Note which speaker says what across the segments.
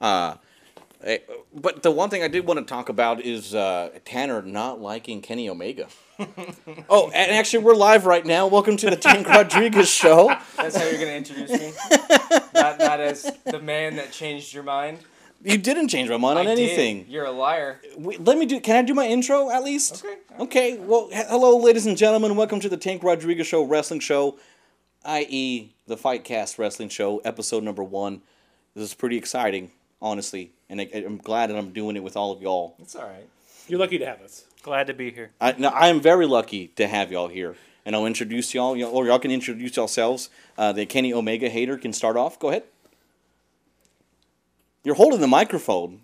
Speaker 1: Uh, eh, but the one thing I did want to talk about is uh, Tanner not liking Kenny Omega. oh, and actually, we're live right now. Welcome to the Tank Rodriguez Show.
Speaker 2: That's how you're gonna introduce me. not, not as the man that changed your mind.
Speaker 1: You didn't change my mind on
Speaker 2: I did.
Speaker 1: anything.
Speaker 2: You're a liar.
Speaker 1: Wait, let me do. Can I do my intro at least?
Speaker 2: Okay.
Speaker 1: Okay. Well, he- hello, ladies and gentlemen. Welcome to the Tank Rodriguez Show Wrestling Show, i.e., the Fight Cast Wrestling Show, episode number one. This is pretty exciting, honestly, and I, I'm glad that I'm doing it with all of y'all.
Speaker 2: It's all right.
Speaker 3: You're lucky to have us.
Speaker 4: Glad to be here.
Speaker 1: I, now, I am very lucky to have y'all here, and I'll introduce y'all, y'all- or y'all can introduce yourselves. Uh, the Kenny Omega hater can start off. Go ahead. You're holding the microphone.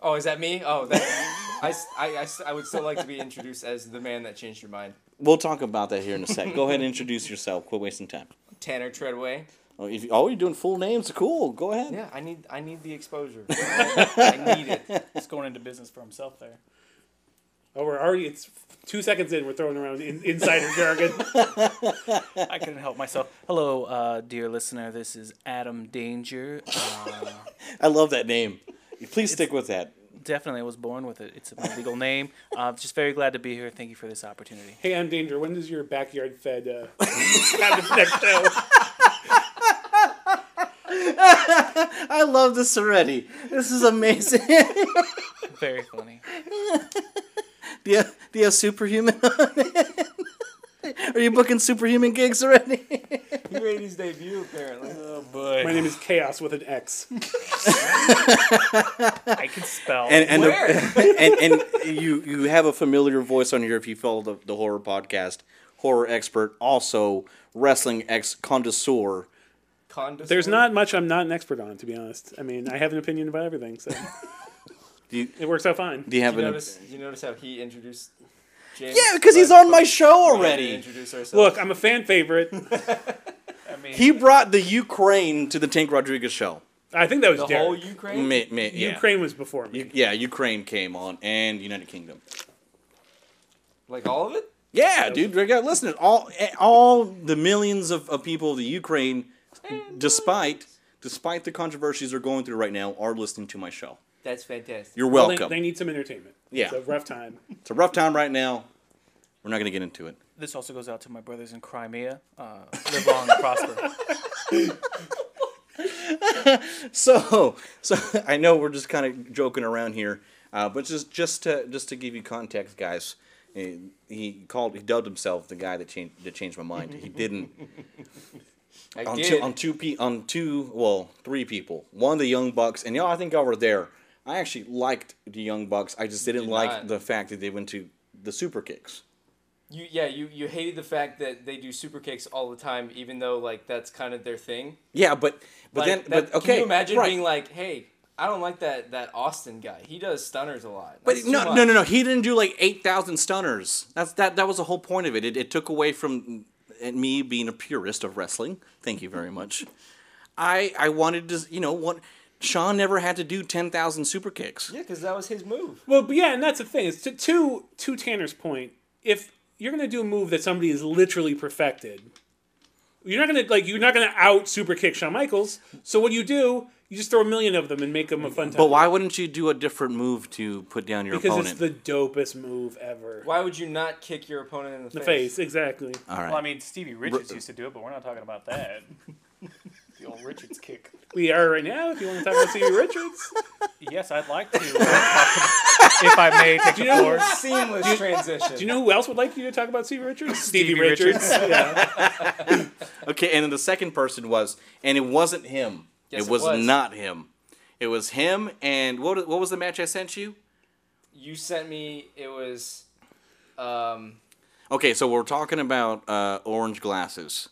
Speaker 2: Oh, is that me? Oh, that, I, s- I- I s- I would still like to be introduced as the man that changed your mind,
Speaker 1: We'll talk about that here in a sec. Go ahead and introduce yourself. Quit wasting time.
Speaker 2: Tanner Treadway.
Speaker 1: Oh, if you, oh, you're doing full names. Cool. Go ahead.
Speaker 2: Yeah, I need I need the exposure. I need it.
Speaker 3: He's going into business for himself there. Oh, we're already, it's two seconds in, we're throwing around in, insider jargon.
Speaker 4: I couldn't help myself. Hello, uh, dear listener. This is Adam Danger. Uh,
Speaker 1: I love that name. Please stick with that.
Speaker 4: definitely was born with it. It's my legal name. Uh, just very glad to be here. Thank you for this opportunity.
Speaker 3: Hey, I'm Danger. When does your backyard fed uh, have the next show?
Speaker 1: I love this already. This is amazing.
Speaker 4: Very funny.
Speaker 1: do, you, do you have superhuman? Are you booking superhuman gigs already?
Speaker 2: He made his debut apparently.
Speaker 4: Oh
Speaker 3: My
Speaker 4: boy.
Speaker 3: name is Chaos with an X.
Speaker 4: I can spell.
Speaker 1: And and,
Speaker 2: Where?
Speaker 1: the, and and you you have a familiar voice on here if you follow the, the horror podcast, horror expert, also wrestling ex connoisseur.
Speaker 2: Condescending.
Speaker 3: There's not much I'm not an expert on, to be honest. I mean, I have an opinion about everything, so
Speaker 1: Do you,
Speaker 3: it works out fine.
Speaker 1: do you have
Speaker 2: You
Speaker 1: an?
Speaker 2: notice, you notice how he introduced. James
Speaker 1: Yeah, because he's
Speaker 2: but
Speaker 1: on my show
Speaker 2: we had to
Speaker 1: already.
Speaker 2: Introduce ourselves.
Speaker 3: Look, I'm a fan favorite.
Speaker 4: I mean,
Speaker 1: He brought the Ukraine to the Tank Rodriguez show.
Speaker 3: I think that was
Speaker 2: the
Speaker 3: Derek.
Speaker 2: whole Ukraine.
Speaker 1: Me, me, yeah.
Speaker 3: Ukraine was before me.
Speaker 1: Yeah, Ukraine came on and United Kingdom.
Speaker 2: Like all of it?
Speaker 1: Yeah, dude. right, yeah, Listen, to all eh, all the millions of, of people of the Ukraine, despite despite the controversies they're going through right now, are listening to my show.
Speaker 2: That's fantastic.
Speaker 1: You're
Speaker 3: Well,
Speaker 1: welcome.
Speaker 3: They, they need some entertainment.
Speaker 1: Yeah.
Speaker 3: It's a rough time.
Speaker 1: It's a rough time right now. We're not gonna get into it.
Speaker 4: this also goes out to my brothers in Crimea. Uh, live long and prosper.
Speaker 1: So, so I know we're just kind of joking around here, uh, but just just to just to give you context, guys, eh, he called he dubbed himself the guy that changed that changed my mind. He didn't.
Speaker 2: I
Speaker 1: on
Speaker 2: did.
Speaker 1: two on two pe- on two well three people. One of the Young Bucks and y'all. I think y'all were there. I actually liked the Young Bucks. I just didn't
Speaker 2: did
Speaker 1: like
Speaker 2: not.
Speaker 1: the fact that they went to the super kicks.
Speaker 2: You yeah, you you hated the fact that they do super kicks all the time, even though like that's kind of their thing.
Speaker 1: Yeah, but but
Speaker 2: Like,
Speaker 1: then
Speaker 2: that-
Speaker 1: but okay.
Speaker 2: can you imagine
Speaker 1: right.
Speaker 2: being like, hey, I don't like that that Austin guy. He does stunners a lot.
Speaker 1: But
Speaker 2: That's too
Speaker 1: no,
Speaker 2: much."
Speaker 1: no, no, no. He didn't do like eight thousand stunners. That's that. That was the whole point of it. It, it took away from uh, me being a purist of wrestling. Thank you very much. I I wanted to you know what Sean never had to do ten thousand super kicks.
Speaker 2: Yeah, because that was his move.
Speaker 3: Well, but yeah, and that's the thing. It's to, to to Tanner's point. If you're gonna do a move that somebody is literally perfected, you're not gonna like you're not gonna out super kick Shawn Michaels. So what do you do? You just throw a million of them and make them a fun time.
Speaker 1: But why wouldn't you do a different move to put down your
Speaker 3: Because
Speaker 1: opponent?
Speaker 3: it's the dopest move ever.
Speaker 2: Why would you not kick your opponent in the,
Speaker 3: The face, exactly.
Speaker 1: All right.
Speaker 4: Well, I mean, Stevie Richards used to do it, but we're not talking about that. the old Richards kick.
Speaker 3: We are right now. If you want to talk about Stevie Richards,
Speaker 4: Yes, I'd like to. uh, if I may take the floor.
Speaker 2: Ah, Seamless transition.
Speaker 3: do you know who else would like you to talk about Stevie Richards? Stevie,
Speaker 4: Richards.
Speaker 3: yeah.
Speaker 1: Okay, and then the second person was, and it wasn't him.
Speaker 2: Yes,
Speaker 1: it
Speaker 2: it
Speaker 1: was,
Speaker 2: was.
Speaker 1: not him. It was him, and what what was the match I sent you?
Speaker 2: You sent me. It was. Um,
Speaker 1: Okay, so we're talking about uh, orange glasses.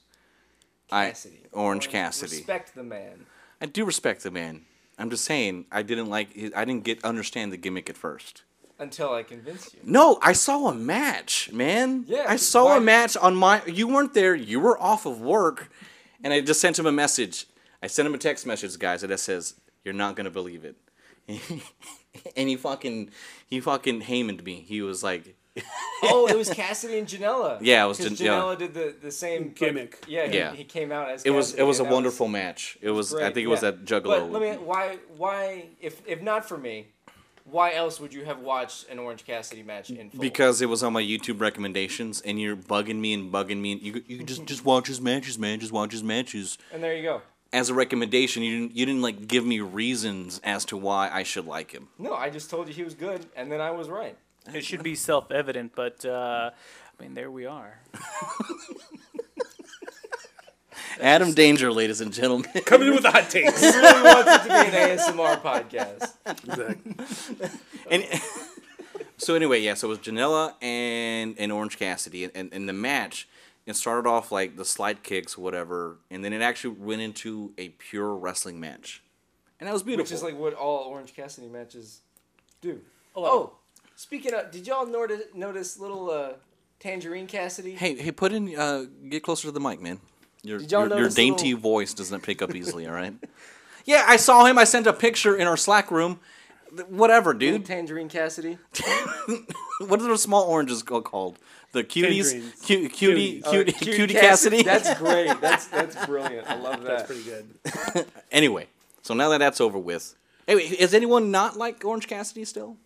Speaker 2: Cassidy.
Speaker 1: I, orange Cassidy.
Speaker 2: Respect the man.
Speaker 1: I do respect the man. I'm just saying I didn't like. his- I didn't get understand the gimmick at first.
Speaker 2: Until I convince you.
Speaker 1: No, I saw a match, man.
Speaker 2: Yeah,
Speaker 1: I saw
Speaker 2: why-
Speaker 1: a match on my. You weren't there. You were off of work, and I just sent him a message. I sent him a text message, guys, that says, "You're not gonna believe it." and he fucking, he fucking Heymaned me. He was like,
Speaker 2: Oh, it was Cassidy and Janela.
Speaker 1: Yeah, it was
Speaker 2: 'Cause
Speaker 1: Jan- yeah.
Speaker 2: Janela did the, the same
Speaker 3: Gimmick.
Speaker 2: Yeah, he-
Speaker 1: Yeah.
Speaker 2: He, came out as.
Speaker 1: It was it
Speaker 2: Cassidy,
Speaker 1: was a
Speaker 2: and that
Speaker 1: wonderful match. It was I
Speaker 2: great,
Speaker 1: think it was
Speaker 2: yeah.
Speaker 1: that Juggalo.
Speaker 2: But let me why why if if not for me, why else would you have watched an Orange Cassidy match in full?
Speaker 1: because it was on my YouTube recommendations, and you're bugging me and bugging me, and you you just just watch his matches, man, just watch his matches.
Speaker 2: and there you go.
Speaker 1: As a recommendation, you didn't you didn't like give me reasons as to why I should like him.
Speaker 2: No, I just told you he was good, and then I was right.
Speaker 4: It should be self-evident, but uh, I mean, there we are.
Speaker 1: Adam Danger, ladies and gentlemen.
Speaker 3: Coming in with the hot takes.
Speaker 2: Who wants it to be an ASMR podcast?
Speaker 1: and so anyway, yeah, so it was Janela and and Orange Cassidy, and, and, and the match it started off like the slide kicks, whatever, and then it actually went into a pure wrestling match, and that was beautiful.
Speaker 2: Which is like what all Orange Cassidy matches do. Oh, speaking of, did y'all notice, notice little uh, Tangerine Cassidy?
Speaker 1: hey, hey, put in, uh, get closer to the mic, man. Your
Speaker 2: y'all
Speaker 1: your, your
Speaker 2: notice the
Speaker 1: dainty voice doesn't pick up easily. All right. Yeah, I saw him. I sent a picture in our Slack room. Th- Whatever, dude.
Speaker 2: Tangerine Cassidy.
Speaker 1: What are those small oranges ca- called? The cuties,
Speaker 3: Tangerines.
Speaker 1: cu- cutie, cutie,
Speaker 3: Cuties.
Speaker 1: cutie, Cassidy.
Speaker 2: uh, That's great. That's that's brilliant. I love that.
Speaker 3: That's pretty good.
Speaker 1: Anyway, so now that that's over with, anyway, is anyone not like Orange Cassidy still?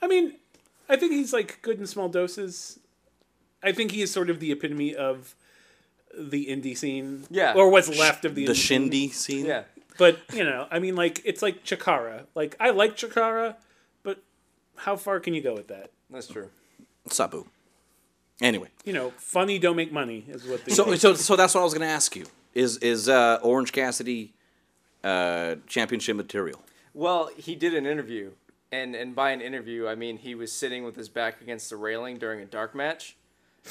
Speaker 3: I mean, I think he's like good in small doses. I think he is sort of the epitome of the indie scene.
Speaker 2: Yeah.
Speaker 3: Or what's left of the,
Speaker 1: The
Speaker 3: indie scene.
Speaker 1: Shindy scene.
Speaker 2: Yeah.
Speaker 3: But, you know, I mean, like, it's like Chikara. Like, I like Chikara, but how far can you go with that?
Speaker 2: That's true.
Speaker 1: Sabu. Anyway,
Speaker 3: You know, funny don't make money is what they
Speaker 1: so so so that's what I was gonna ask you. Is is uh, Orange Cassidy uh, championship material?
Speaker 2: Well, he did an interview, and and by an interview I mean he was sitting with his back against the railing during a dark match,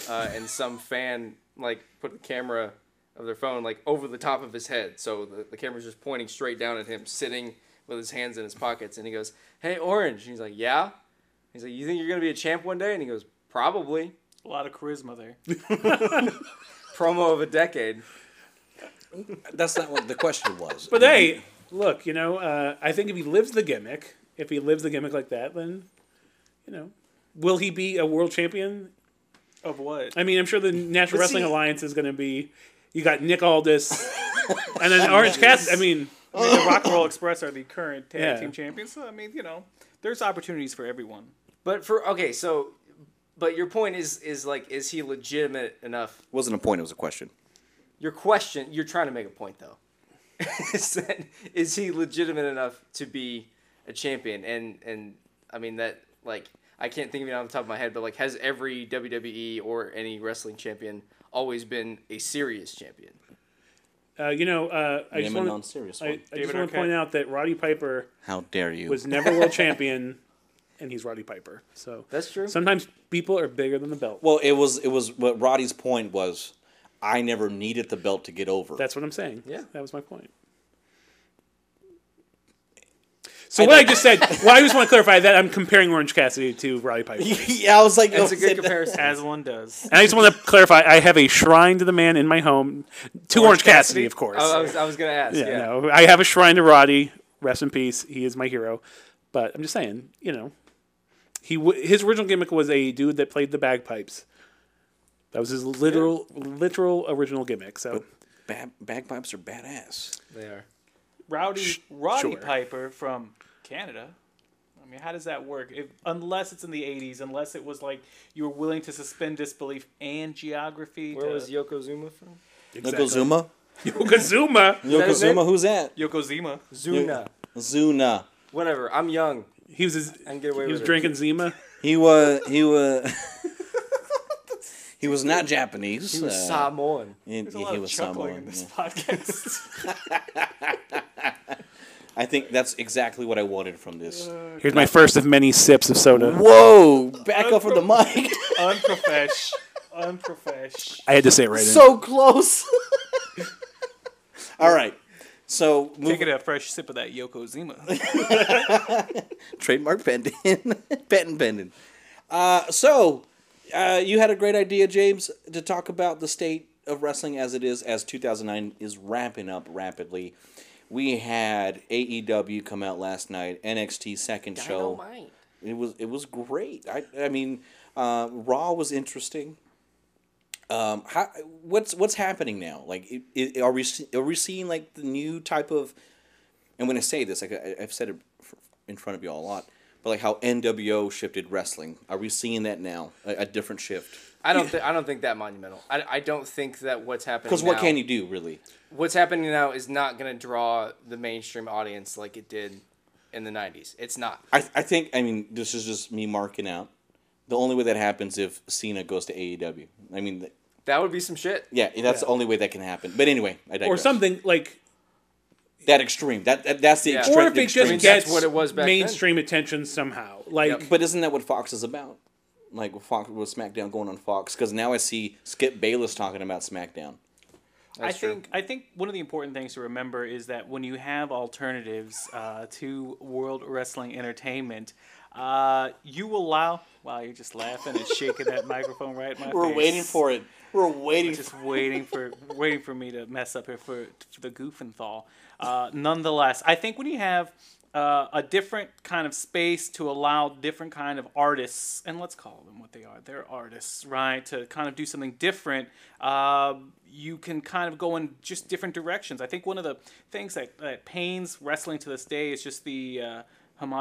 Speaker 2: uh, and some fan like put the camera of their phone like over the top of his head, so the, the camera's just pointing straight down at him, sitting with his hands in his pockets, and he goes, "Hey, Orange," and he's like, "Yeah," he's like, "You think you're gonna be a champ one day?" And he goes, "Probably."
Speaker 4: A lot of charisma there.
Speaker 2: Promo of a decade.
Speaker 1: That's not what the question was.
Speaker 3: But hey, look, you know, uh, I think if he lives the gimmick, if he lives the gimmick like that, then, you know, will he be a world champion?
Speaker 4: Of what?
Speaker 3: I mean, I'm sure the National
Speaker 2: But
Speaker 3: Wrestling
Speaker 2: see-
Speaker 3: Alliance is going to be. You got Nick Aldis, and then Orange Cassidy. I mean,
Speaker 4: I mean, the Rock and Roll Express are the current tag
Speaker 3: Yeah.
Speaker 4: team champions. So I mean, you know, there's opportunities for everyone.
Speaker 2: But for okay, so, but your point is is like, is he legitimate enough
Speaker 1: wasn't a point. It was a question.
Speaker 2: your question you're trying to make a point though is that is he legitimate enough to be a champion and and i mean that like i can't think of it on the top of my head but like has every wwe or any wrestling champion always been a serious champion
Speaker 3: uh, you know, uh, I just
Speaker 1: Name a
Speaker 3: want to.
Speaker 1: non-serious
Speaker 3: I,
Speaker 1: one.
Speaker 3: I just
Speaker 4: David
Speaker 3: want
Speaker 4: Arquette.
Speaker 3: to point out that Roddy Piper
Speaker 1: How dare you?
Speaker 3: was never world champion, and he's Roddy Piper. So
Speaker 2: That's true.
Speaker 3: Sometimes people are bigger than the belt.
Speaker 1: well, it was it was what Roddy's point was. I never needed the belt to get over.
Speaker 3: That's what I'm saying.
Speaker 2: Yeah.
Speaker 3: that was my point. So what I just said. Well, I just want to clarify that I'm comparing Orange Cassidy to Roddy Piper.
Speaker 1: yeah, I was like,
Speaker 2: that's a good comparison
Speaker 4: As one does.
Speaker 3: And I just want to clarify, I have a shrine to the man in my home, to Orange, Cassidy, of course.
Speaker 2: I, I was, I was gonna ask yeah,
Speaker 3: yeah, no, I have a shrine to Roddy. Rest in peace. He is my hero. But I'm just saying, you know, he w- his original gimmick was a dude that played the bagpipes. That was his literal literal original gimmick. So
Speaker 1: Bag, bagpipes are badass.
Speaker 2: they are
Speaker 4: Rowdy Roddy
Speaker 3: sure.
Speaker 4: Piper from Canada. I mean, how does that work? If, unless it's in the 80s, unless it was like you were willing to suspend disbelief and geography.
Speaker 2: where
Speaker 4: to-
Speaker 2: was yokozuna from
Speaker 1: Yokozuma.
Speaker 3: Yokozuna,
Speaker 2: that his name?
Speaker 1: Yokozuma, who's that?
Speaker 4: Yokozima?
Speaker 2: zuna
Speaker 1: Zuna.
Speaker 2: whatever i'm young
Speaker 3: he was his,
Speaker 2: and get away
Speaker 3: he was
Speaker 2: with
Speaker 3: drinking Zima.
Speaker 1: He was he was he was not Japanese.
Speaker 2: it he was
Speaker 1: uh,
Speaker 2: samoan
Speaker 1: and
Speaker 4: There's a lot
Speaker 1: he
Speaker 4: of
Speaker 1: was
Speaker 4: chuckling
Speaker 1: Samoan.
Speaker 4: in this
Speaker 1: yeah.
Speaker 4: podcast.
Speaker 1: I think that's exactly what I wanted from this.
Speaker 3: Here's my first of many sips of soda.
Speaker 1: Whoa! Back up from the mic.
Speaker 4: Unprofesh. Unprofesh.
Speaker 3: I had to say it right.
Speaker 1: so close. All right. So move,
Speaker 4: Take it a fresh sip of that Yokozima.
Speaker 1: trademark pending, patent pending. Uh, so uh, you had a great idea, James, to talk about the state of wrestling as it is, as 2009 is wrapping up rapidly. We had E AEW come out last night, NXT second show.
Speaker 2: Dynamite.
Speaker 1: It was it was great. I I mean, Uh, Raw was interesting. Um, how, what's what's happening now? Like, i i are we se- are we seeing like the new type of? And when I say this, like I, I've said it f- in front of you all a lot, but like how NWO shifted wrestling. Are we seeing that now? A, a different shift?
Speaker 2: I don't. Th- I don't think that monumental. I, I don't think that what's happening.
Speaker 1: Because what
Speaker 2: now-
Speaker 1: can you do really?
Speaker 2: What's happening now is not going to draw the mainstream audience like it did in the '90s. It's not.
Speaker 1: I, I think I mean this is just me marking out. The only way that happens if Cena goes to AEW. I mean, th-
Speaker 2: That would be some shit.
Speaker 1: yeah, that's the only way that can happen. But anyway, I digress.
Speaker 3: or something like
Speaker 1: that extreme. That, that that's the
Speaker 2: Yeah.
Speaker 1: extreme.
Speaker 3: or if it
Speaker 1: extreme.
Speaker 3: just
Speaker 2: I mean, that's
Speaker 3: gets
Speaker 2: what it was back then.
Speaker 3: mainstream attention somehow. Like
Speaker 2: Yep.
Speaker 1: But isn't that what Fox is about? Like Fox with SmackDown going on Fox because now I see Skip Bayless talking about SmackDown.
Speaker 4: I
Speaker 2: That's true.
Speaker 4: think I think one of the important things to remember is that when you have alternatives uh, to World Wrestling Entertainment, uh, you allow. Wow, you're just laughing and shaking that microphone right at my face.
Speaker 1: it. We're waiting.
Speaker 4: Just waiting for waiting for me to mess up here for, for the goofenthal. Uh, nonetheless, I think when you have uh, a different kind of space to allow different kind of artists, and let's call them what they are, they're artists, right? To kind of do something different, uh, you can kind of go in just different directions. I think one of the things that, that pains wrestling to this day is just the uh,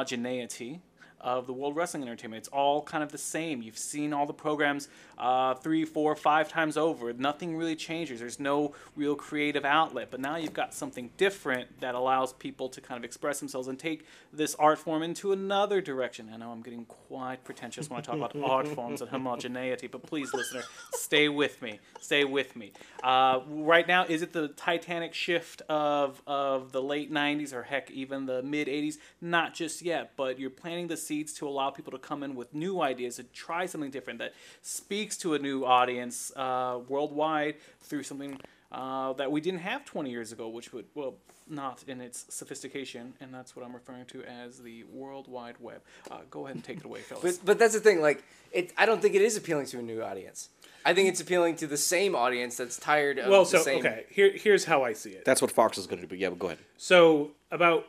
Speaker 4: homogeneity of the World Wrestling Entertainment. It's all kind of the same. You've seen all the programs uh, three, four, five times over. Nothing really changes. There's no real creative outlet. But now you've got something different that allows people to kind of express themselves and take this art form into another direction. I know I'm getting quite pretentious when I talk about art forms and homogeneity, but please, listener, stay with me. Stay with me. Uh, right now, is it the Titanic shift of, of the late 90s or heck, even the mid 80s? Not just yet, but you're planting the seeds to allow people to come in with new ideas and try something different that speaks to a new audience uh, worldwide through something uh, that we didn't have 20 years ago, which would, well, not in its sophistication, and that's what I'm referring to as the World Wide Web. Uh, go ahead and take it away, fellas.
Speaker 2: But but that's the thing. Like it, I don't think it is appealing to a new audience. I think it's appealing to the same audience that's tired of
Speaker 3: well,
Speaker 2: the
Speaker 3: so
Speaker 2: same.
Speaker 3: okay. Here here's how I see it.
Speaker 1: That's what Fox is going to do. But yeah, but go ahead.
Speaker 3: So about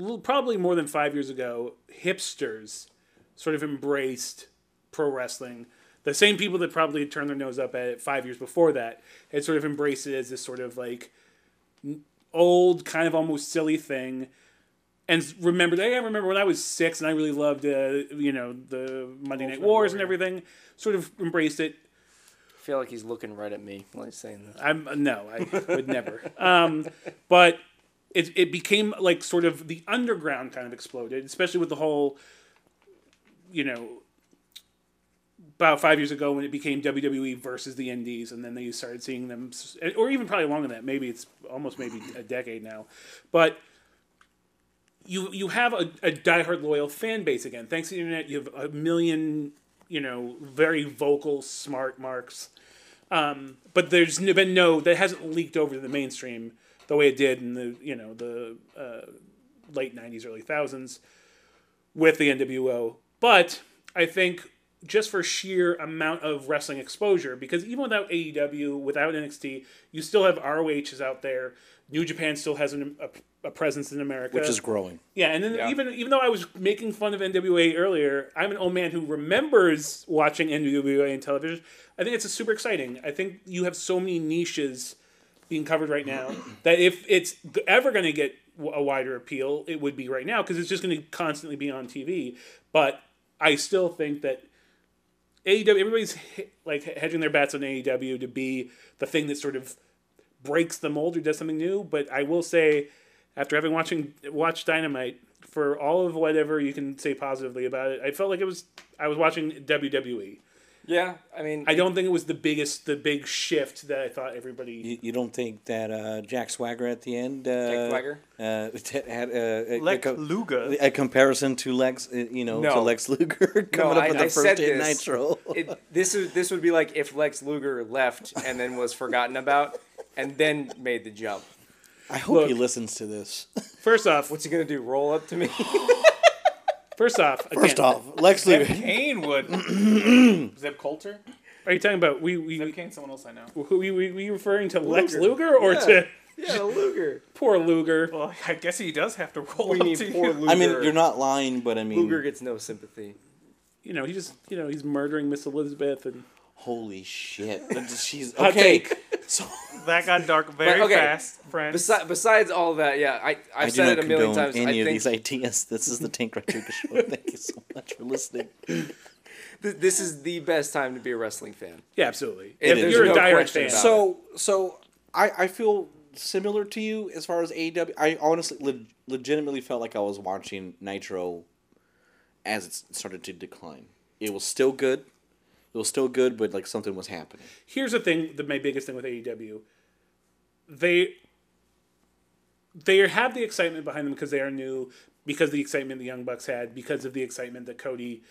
Speaker 3: l- probably more than five years ago, hipsters sort of embraced pro wrestling. The same people that probably had turned their nose up at it five years before that had sort of embraced it as this sort of like n- old, kind of almost silly thing. And s- remembered, hey, I remember when I was six and I really loved, uh, you know, the Monday Night Wars and everything. Sort of embraced it.
Speaker 2: I feel like he's looking right at me while he's saying this.
Speaker 3: I'm no, I would never. Um, but it it became like sort of the underground kind of exploded, especially with the whole, you know, about five years ago when it became WWE versus the Indies, and then they started seeing them, s- or even probably longer than that. Maybe it's almost maybe a decade now, but. You, you have a, a diehard loyal fan base again. Thanks to the internet, you have a million, you know, very vocal, smart marks Um, but there's n- been no that hasn't leaked over to the mainstream the way it did in the you know the uh, late 90s early 1000s with the nwo but i think just for sheer amount of wrestling exposure because even without aew without nxt you still have roh is out there new japan still has an, a, a presence in america
Speaker 1: Which is growing.
Speaker 3: yeah, and then even even though I was making fun of NWA earlier, I'm an old man who remembers watching NWA in television. I think it's super exciting. I think you have so many niches being covered right now that if it's g- ever going to get w- a wider appeal, it would be right now because it's just going to constantly be on TV. But I still think that AEW, everybody's he- like hedging their bets on AEW to be the thing that sort of breaks the mold or does something new. But I will say, after having watching watched Dynamite for all of whatever you can say positively about it, I felt like it was I was watching WWE.
Speaker 2: Yeah, I mean,
Speaker 3: I don't think it was the biggest the big shift that I thought everybody.
Speaker 1: You, you don't think that uh, Jack Swagger at the end? Uh,
Speaker 2: Swagger?
Speaker 1: uh, t- had uh, a, a,
Speaker 4: Lex
Speaker 1: co-
Speaker 4: Luger.
Speaker 1: a comparison to Lex, uh, you know, to
Speaker 2: No.
Speaker 1: Lex Luger coming up
Speaker 2: I-
Speaker 1: with
Speaker 2: I
Speaker 1: the
Speaker 2: said
Speaker 1: first hit
Speaker 2: this.
Speaker 1: Nitro.
Speaker 2: it, this is this would be like if Lex Luger left and then was forgotten about, and then made the jump.
Speaker 1: I hope he listens to this.
Speaker 3: First off,
Speaker 2: What's he gonna do? Roll up to me?
Speaker 3: first off, again,
Speaker 1: First off, Lex Luger.
Speaker 4: Kane would. Zeb Coulter?
Speaker 3: are you talking about we we
Speaker 4: Zeb
Speaker 3: we,
Speaker 4: Kane, someone else I know.
Speaker 3: we, we, we referring to Lex
Speaker 2: Luger.
Speaker 3: Luger or to
Speaker 2: yeah, Luger.
Speaker 3: poor Luger?
Speaker 4: Well, I guess he does have to roll
Speaker 2: We
Speaker 4: up
Speaker 2: mean
Speaker 4: to
Speaker 2: poor
Speaker 4: you.
Speaker 2: Luger.
Speaker 1: I mean, you're not lying, but I mean,
Speaker 2: Luger gets no sympathy.
Speaker 3: you know, he just, you know, he's murdering Miss Elizabeth and
Speaker 1: Holy shit! She's
Speaker 3: Hot
Speaker 1: okay.
Speaker 3: take.
Speaker 1: So
Speaker 4: That got dark very
Speaker 2: okay.
Speaker 4: fast, friends.
Speaker 2: Besi- besides all that, yeah, I I've
Speaker 1: I do
Speaker 2: said
Speaker 1: not
Speaker 2: it a million
Speaker 1: condone
Speaker 2: times. I
Speaker 1: any of
Speaker 2: think
Speaker 1: these ideas. This is the Tank Rattuka Show. Thank you so much for listening.
Speaker 2: th- this is the best time to be a wrestling fan.
Speaker 3: yeah, absolutely.
Speaker 2: It
Speaker 3: if
Speaker 1: is.
Speaker 3: you're
Speaker 1: No
Speaker 3: a direct
Speaker 2: question
Speaker 3: fan,
Speaker 2: about it.
Speaker 1: So so I I feel similar to you as far as AEW. I honestly leg- legitimately felt like I was watching Nitro as it started to decline. It was still good. It was still good, but like something was happening.
Speaker 3: here's the thing: the my biggest thing with AEW, they they have the excitement behind them because they are new, because the excitement the Young Bucks had, because of the excitement that Cody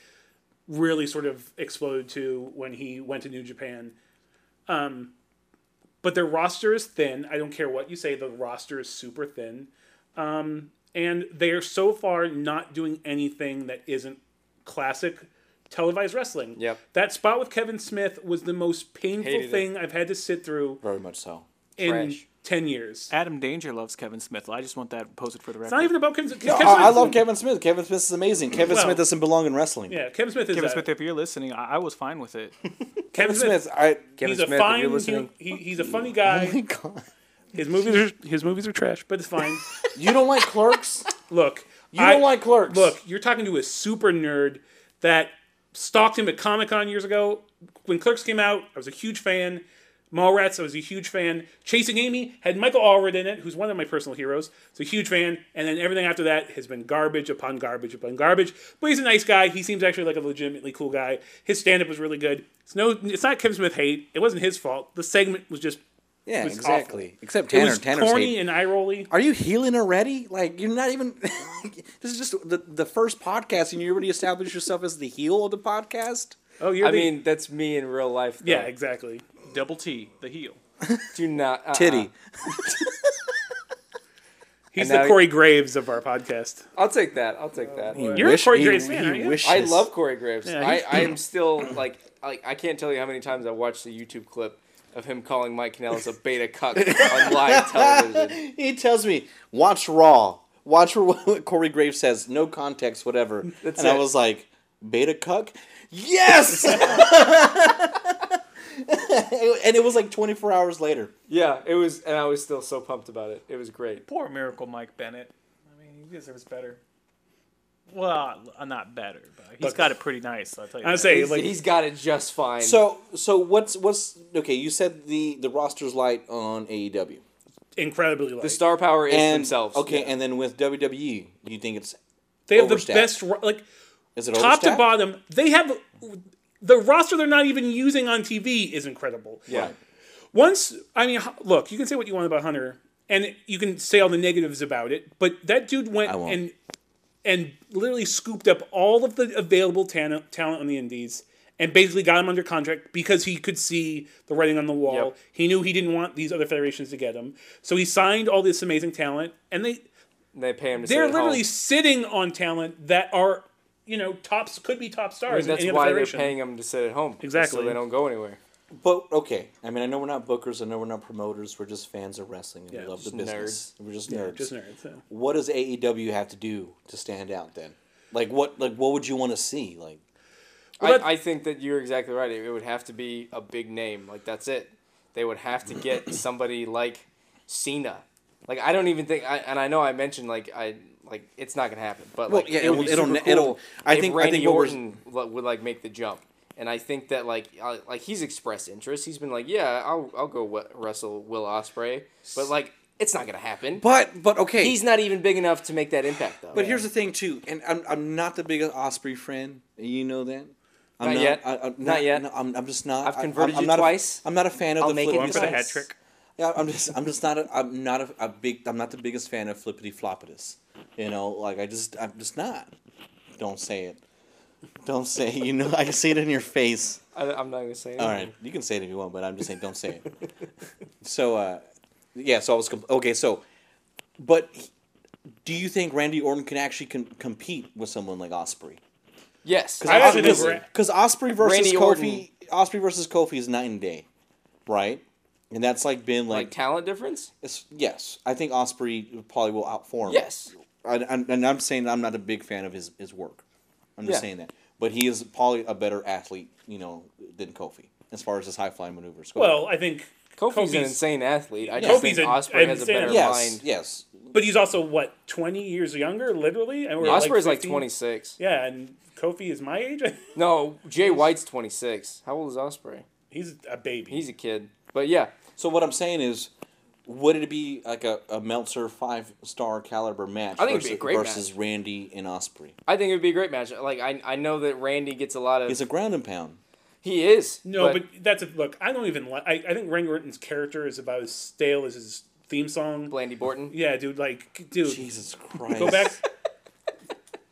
Speaker 3: really sort of exploded to when he went to New Japan. Um, but their roster is thin. I don't care what you say; the roster is super thin, um, and they are so far not doing anything that isn't classic televised wrestling.
Speaker 2: Yep.
Speaker 3: That spot with Kevin Smith was the most painful
Speaker 2: Hated it.
Speaker 3: thing I've had to sit through
Speaker 1: Very much so.
Speaker 3: in
Speaker 2: Trash.
Speaker 3: 10 years.
Speaker 4: Adam Danger loves Kevin Smith. I just want that posted for the record.
Speaker 3: It's not even about Kevin Smith.
Speaker 1: I,
Speaker 3: Kevin
Speaker 1: I
Speaker 3: Smith-
Speaker 1: love Kevin Smith. Kevin Smith is amazing. Kevin
Speaker 3: Well-
Speaker 1: Smith doesn't belong in wrestling.
Speaker 3: Yeah, Kevin Smith is
Speaker 4: Kevin
Speaker 3: a,
Speaker 4: Smith, if you're listening, I, I was fine with it.
Speaker 1: Kevin Smith, I.
Speaker 2: Kevin
Speaker 3: He's a
Speaker 2: Smith, if you're
Speaker 3: fine.
Speaker 2: listening,
Speaker 3: He, he- he's a funny
Speaker 1: Oh my
Speaker 3: guy.
Speaker 1: god!
Speaker 3: His movies are his movies are trash, but it's fine.
Speaker 1: You don't like Clerks?
Speaker 3: Look,
Speaker 1: You don't like Clerks?
Speaker 3: Look, you're talking to a super nerd that stalked him at Comic Con years ago. When Clerks came out, I was a huge fan. Mallrats, I was a huge fan. Chasing Amy had Michael Allred in it, who's one of my personal heroes. So huge fan. And then everything after that has been garbage upon garbage upon garbage. But he's a nice guy. He seems actually like a legitimately cool guy. His stand-up was really good. It's no, it's not Kevin Smith hate. It wasn't his fault. The segment was just
Speaker 1: Yeah,
Speaker 3: was
Speaker 1: exactly.
Speaker 3: awful.
Speaker 1: Except
Speaker 3: it
Speaker 1: Tanner.
Speaker 3: was
Speaker 1: Tanner's
Speaker 3: corny
Speaker 1: hate-
Speaker 3: and eye rolly.
Speaker 1: Are you healing already? Like you're not even. this is just the the first podcast, and you already established yourself as the heel of the podcast.
Speaker 3: Oh, you're
Speaker 2: I
Speaker 3: the-
Speaker 2: mean that's me in real life. Though.
Speaker 3: yeah, exactly.
Speaker 4: Double T, the heel.
Speaker 2: do not uh-uh.
Speaker 1: Titty.
Speaker 2: And
Speaker 3: He's the
Speaker 2: now-
Speaker 3: Corey Graves of our podcast.
Speaker 2: I'll take that. I'll take that.
Speaker 1: Oh,
Speaker 3: Uh, You're a Corey Graves fan,
Speaker 1: he
Speaker 3: aren't you?
Speaker 1: wishes.
Speaker 2: I love Corey Graves.
Speaker 3: Yeah,
Speaker 2: I
Speaker 3: he's-
Speaker 2: I am still like like I can't tell you how many times I watched the YouTube clip of him calling Mike Canellis a beta cuck on live television.
Speaker 1: He tells me watch Raw. Watch for what Corey Graves says. No context, whatever. and I
Speaker 2: it.
Speaker 1: was like, beta cuck. Yes. and it was like 24 hours later.
Speaker 2: Yeah, it was, and I was still so pumped about it. It was great.
Speaker 4: Poor Miracle Mike Bennett. I mean, he deserves better. Well, uh, not better, but he's got it pretty nice. I'll tell you.
Speaker 3: I
Speaker 4: that.
Speaker 3: say
Speaker 2: He's,
Speaker 3: like
Speaker 2: he's got it just fine.
Speaker 1: So so what's what's okay? You said the the roster's light on AEW.
Speaker 3: incredibly low.
Speaker 2: the star power is
Speaker 1: and
Speaker 2: themselves.
Speaker 1: Okay, and then with WWE, do you think it's
Speaker 3: they have the
Speaker 1: overstaffed.
Speaker 3: best ro- like
Speaker 1: is it
Speaker 3: top to
Speaker 1: overstaffed?
Speaker 3: bottom. They have the roster they're not even using on TV is incredible.
Speaker 2: yeah.
Speaker 3: Once I mean, h- look, you can say what you want about Hunter, and you can say all the negatives about it, but that dude went
Speaker 1: I won't.
Speaker 3: and and literally scooped up all of the available talent talent on the Indies. And basically got him under contract because he could see the writing on the wall.
Speaker 2: Yep.
Speaker 3: He knew he didn't want these other federations to get him, so he signed all this amazing talent. And they
Speaker 2: And they pay him. To
Speaker 3: they're
Speaker 2: sit at
Speaker 3: literally
Speaker 2: home.
Speaker 3: sitting on talent that are you know tops could be top stars in
Speaker 2: That's
Speaker 3: any
Speaker 2: why
Speaker 3: other
Speaker 2: they're
Speaker 3: federation.
Speaker 2: paying him to sit at home.
Speaker 3: Exactly.
Speaker 2: So they don't go anywhere.
Speaker 1: But okay, I mean, I know we're not bookers, I know we're not promoters. We're just fans of wrestling, and we love the
Speaker 2: just
Speaker 1: business. We're just nerds.
Speaker 3: Just nerds. yeah.
Speaker 1: What does AEW have to do to stand out then? Like what? Like what would you want to see? Like
Speaker 3: Well, that-
Speaker 2: I, I think that you're exactly right. It, it would have to be a big name. Like that's it. They would have to get somebody like Cena. Like I don't even think. I, and I know I mentioned like I like it's not gonna happen. But
Speaker 1: Well,
Speaker 2: like
Speaker 1: yeah,
Speaker 2: it would be
Speaker 1: it'll-
Speaker 2: super
Speaker 1: it'll- it'll-
Speaker 2: cool
Speaker 1: I
Speaker 2: if
Speaker 1: think- I
Speaker 2: Randy
Speaker 1: think what we're-
Speaker 2: Orton lo- would like make the jump. And I think that like I, like he's expressed interest. He's been like, yeah, I'll I'll go w- wrestle Will Osprey. But like it's not gonna happen.
Speaker 1: but but okay.
Speaker 2: he's not even big enough to make that impact though.
Speaker 1: but here's the thing too, and I'm I'm not the biggest Osprey friend. You know that. I'm
Speaker 2: Not yet.
Speaker 1: I, I'm not,
Speaker 2: yet.
Speaker 1: no, I'm, I'm just not.
Speaker 2: I've
Speaker 1: I- I'm-
Speaker 2: converted
Speaker 1: I'm
Speaker 2: you
Speaker 1: not
Speaker 2: twice.
Speaker 1: A, I'm not a fan of
Speaker 2: I'll
Speaker 1: the
Speaker 2: make it
Speaker 1: flippity
Speaker 4: Going for the
Speaker 2: Yes.
Speaker 4: hat
Speaker 1: flops.
Speaker 4: trick.
Speaker 1: Yeah, I'm just I'm just not a I'm not a, a big I'm not the biggest fan of flippity floppitus. You know, like I just I'm just not. Don't say it. Don't say it. you know I can see it in your face.
Speaker 2: I, I'm not gonna say. Anything.
Speaker 1: All right, you can say it if you want, but I'm just saying don't say it. So uh, yeah, so I was com- okay. So, but he- do you think Randy Orton can actually com- compete with someone like Osprey?
Speaker 2: Yes.
Speaker 3: I actually think Ra-
Speaker 1: Because Osprey versus
Speaker 2: Randy
Speaker 1: Kofi,
Speaker 2: Orton-
Speaker 1: Osprey versus Kofi is night and day, right? And that's like been
Speaker 2: like talent difference.
Speaker 1: it's- Yes, I think Osprey probably will outform.
Speaker 2: Yes.
Speaker 1: I, I'm- and I'm saying I'm not a big fan of his, his work. I'm just
Speaker 2: Yeah.
Speaker 1: saying that. but he is probably a better athlete, you know, than Kofi as far as his high flying maneuvers go.
Speaker 3: Well, I think
Speaker 2: Kofi's, an
Speaker 3: Kofi's-
Speaker 2: insane athlete. I just
Speaker 3: Kofi's
Speaker 2: think
Speaker 3: an
Speaker 2: Osprey has a
Speaker 3: insane
Speaker 2: better
Speaker 3: athlete.
Speaker 1: yes,
Speaker 2: mind.
Speaker 1: yes,
Speaker 3: but he's also what twenty years younger, literally. And we're
Speaker 2: Osprey's like
Speaker 3: 15.
Speaker 2: 26.
Speaker 3: Yeah, and Kofi is my age.
Speaker 2: No, Jay White's 26. How old is Osprey?
Speaker 3: he's a baby.
Speaker 2: He's a kid. But yeah,
Speaker 1: So what I'm saying is, would it be like a, a Meltzer five star caliber match
Speaker 2: I think it'd
Speaker 1: versus,
Speaker 2: be a great
Speaker 1: versus Randy and Osprey?
Speaker 2: I think it would be a great match. Like I, I know that Randy gets a lot of.
Speaker 1: It's a ground and pound.
Speaker 2: he is.
Speaker 3: No, but, that's a look. I don't even like. I, I think Randy Orton's character is about as stale as his theme song.
Speaker 2: Blandy Borton.
Speaker 3: Yeah, dude. Like, dude,
Speaker 1: Jesus Christ!
Speaker 3: go back.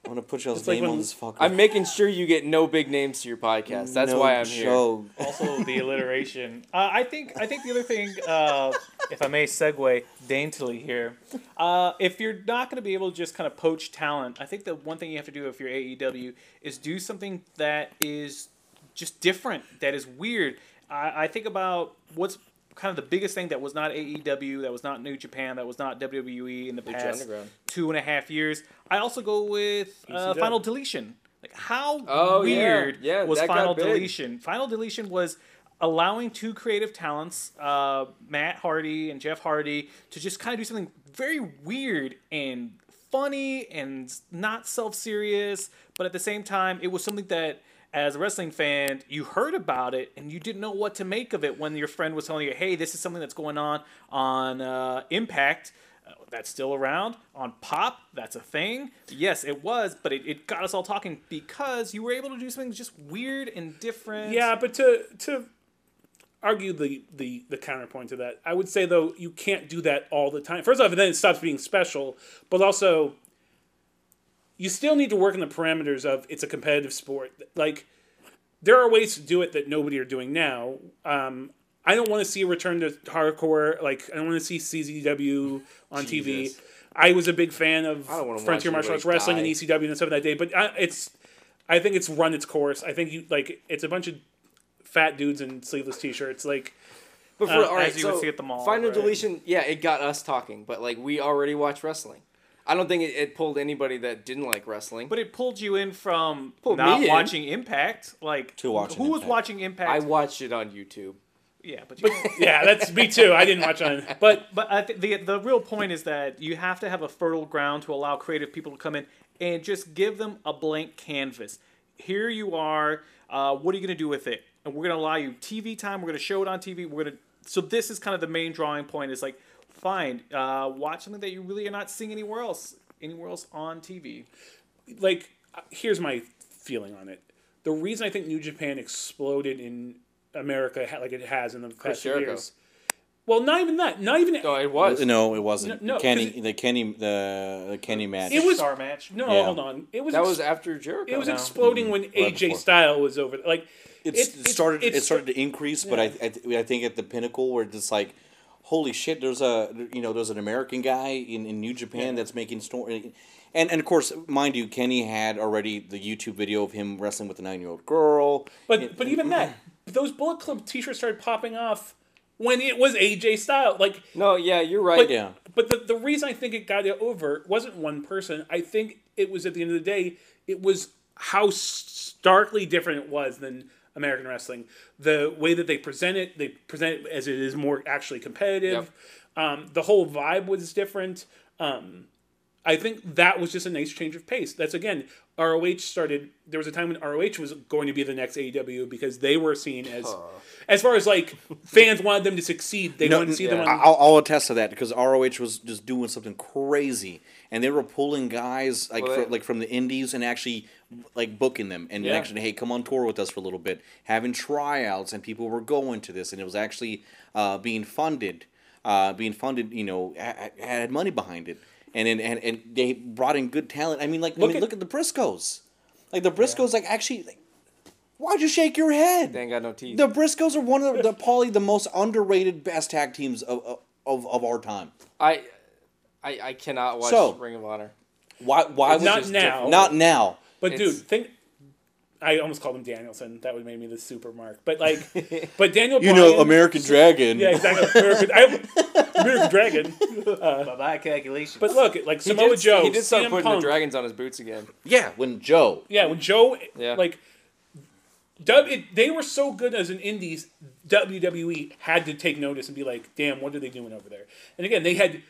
Speaker 1: I'm gonna put y'all's
Speaker 3: It's like
Speaker 1: name
Speaker 3: when-
Speaker 1: on this fucker.
Speaker 2: I'm making sure you get no big names to your podcast. That's
Speaker 1: No
Speaker 2: why I'm
Speaker 1: joke.
Speaker 4: also the alliteration. Uh, I think I think the other thing, uh, if I may segue daintily here, uh, if you're not going to be able to just kind of poach talent, I think the one thing you have to do if you're AEW is do something that is just different, that is weird. I, I think about what's kind of the biggest thing that was not AEW, that was not New Japan, that was not WWE in the past
Speaker 2: Underground.
Speaker 4: two and a half years. I also go with uh,
Speaker 3: ECW.
Speaker 4: Final Deletion. Like how
Speaker 2: Oh, yeah.
Speaker 4: weird
Speaker 2: Yeah,
Speaker 4: was
Speaker 2: that got
Speaker 4: Final
Speaker 2: big.
Speaker 4: Deletion? Final Deletion was allowing two creative talents, uh, Matt Hardy and Jeff Hardy, to just kind of do something very weird and funny and not self serious, but at the same time, it was something that. As a wrestling fan, you heard about it and you didn't know what to make of it when your friend was telling you, "Hey, this is something that's going on on uh, Impact." Uh, that's still around on pop that's a thing yes it was but it, it got us all talking because you were able to do something just weird and different
Speaker 3: yeah, but to to argue the, the the counterpoint to that, I would say though you can't do that all the time. First off, then it stops being special, but also you still need to work in the parameters of it's a competitive sport. Like there are ways to do it that nobody are doing now. Um, I don't want to see a return to hardcore. Like I don't want to see CZW on TV.
Speaker 2: Jesus.
Speaker 3: I was a big fan of
Speaker 2: don't wanna watch
Speaker 3: Frontier Martial Arts
Speaker 2: anybody
Speaker 3: Wrestling and
Speaker 2: die.
Speaker 3: ECW and stuff of that day, but I, it's I think it's run its course. I think you like it's a bunch of fat dudes in sleeveless t-shirts. Like
Speaker 2: But for,
Speaker 3: Uh,
Speaker 2: all right,
Speaker 4: as you would
Speaker 2: so
Speaker 4: see at the mall,
Speaker 2: Final
Speaker 4: right?
Speaker 2: deletion, yeah, it got us talking, but like we already watch wrestling. I don't think it, it pulled anybody that didn't like wrestling.
Speaker 4: but it pulled you in from
Speaker 2: Pulled
Speaker 4: not
Speaker 2: me in.
Speaker 4: watching impact like
Speaker 1: To watching
Speaker 4: who was
Speaker 1: Impact.
Speaker 4: watching impact
Speaker 2: I watched it on YouTube.
Speaker 4: yeah but you
Speaker 3: yeah, that's me too. I didn't watch on, but
Speaker 4: But I th- the the real point is that you have to have a fertile ground to allow creative people to come in and just give them a blank canvas. Here you are. Uh, what are you going to do with it? And we're going to allow you TV time. We're going to show it on TV. We're going to. So this is kind of the main drawing point. Is like, fine, uh, watch something that you really are not seeing anywhere else, anywhere else on TV.
Speaker 3: like uh, here's my feeling on it. The reason I think New Japan exploded in America ha- like it has in the past few
Speaker 2: Jericho.
Speaker 3: years. Well, not even that. Not even
Speaker 2: No, it was.
Speaker 1: No, it wasn't.
Speaker 3: No, no,
Speaker 1: Kenny,
Speaker 3: 'cause it-
Speaker 1: the Kenny, the, the Kenny match.
Speaker 3: It was-
Speaker 4: star match.
Speaker 3: no.
Speaker 1: Yeah. Mm-hmm.
Speaker 3: Hold on. It was
Speaker 2: That
Speaker 3: ex-
Speaker 2: was after Jericho.
Speaker 3: it was
Speaker 2: No.
Speaker 3: exploding when AJ
Speaker 1: before.
Speaker 3: Style was over. Like
Speaker 1: It, started. It, started to increase, but I, I I think at the pinnacle where it's just like, holy shit, there's a you know there's an American guy in, in New Japan that's making story, and and of course, mind you, Kenny had already the YouTube video of him wrestling with a nine year old girl.
Speaker 3: But but even that, those Bullet Club T-shirts started popping off when it was AJ Styles. Like,
Speaker 2: No, yeah, you're right.
Speaker 3: but,
Speaker 1: yeah.
Speaker 3: but the the reason I think it got it over wasn't one person. I think it was at the end of the day, it was how starkly different it was than American wrestling. The way that they present it, they present it as it is more actually competitive. Um, the whole vibe was different. Um, I think that was just a nice change of pace. That's again, ROH started. There was a time when ROH was going to be the next AEW because they were seen as, as far as like fans wanted them to succeed. They wanted to see them
Speaker 2: yeah.
Speaker 3: on.
Speaker 1: I- I'll, I'll attest to that because ROH was just doing something crazy, and they were pulling guys like
Speaker 2: Well,
Speaker 1: fro-
Speaker 2: they-
Speaker 1: like from the indies and actually like booking them and
Speaker 3: Yeah.
Speaker 1: actually hey come on tour with us for a little bit, having tryouts and people were going to this and it was actually uh, being funded, uh, being funded you know ha- ha- had money behind it and and, and and they brought in good talent. I mean like look, I mean,
Speaker 3: at-
Speaker 1: look at the Briscoes, like the Briscoes like actually. Like, Why'd you shake your head?
Speaker 2: They ain't got no teeth.
Speaker 1: The Briscoes are one of the, the probably the most underrated best tag teams of of, of our time.
Speaker 2: I, I, I cannot watch
Speaker 1: So-
Speaker 2: Ring of Honor.
Speaker 1: Why why was
Speaker 3: Not
Speaker 1: this
Speaker 3: now.
Speaker 1: diff- Not now.
Speaker 3: but dude,
Speaker 2: it's-
Speaker 3: think I almost called him Danielson. That would make me the super mark. But like, but Daniel.
Speaker 1: You know,
Speaker 3: Bryan-
Speaker 1: American Dragon.
Speaker 3: Yeah, exactly. American, I, American Dragon.
Speaker 5: By my calculation.
Speaker 3: But look, like Samoa
Speaker 2: did,
Speaker 3: Joe,
Speaker 2: he did start
Speaker 3: CM
Speaker 2: putting
Speaker 3: Punk.
Speaker 2: the dragons on his boots again.
Speaker 1: Yeah, when Joe.
Speaker 3: Yeah, when Joe,
Speaker 2: Yeah.
Speaker 3: like, dub, it, they were so good as an indies, WWE had to take notice and be like, damn, what are they doing over there? And again, they had,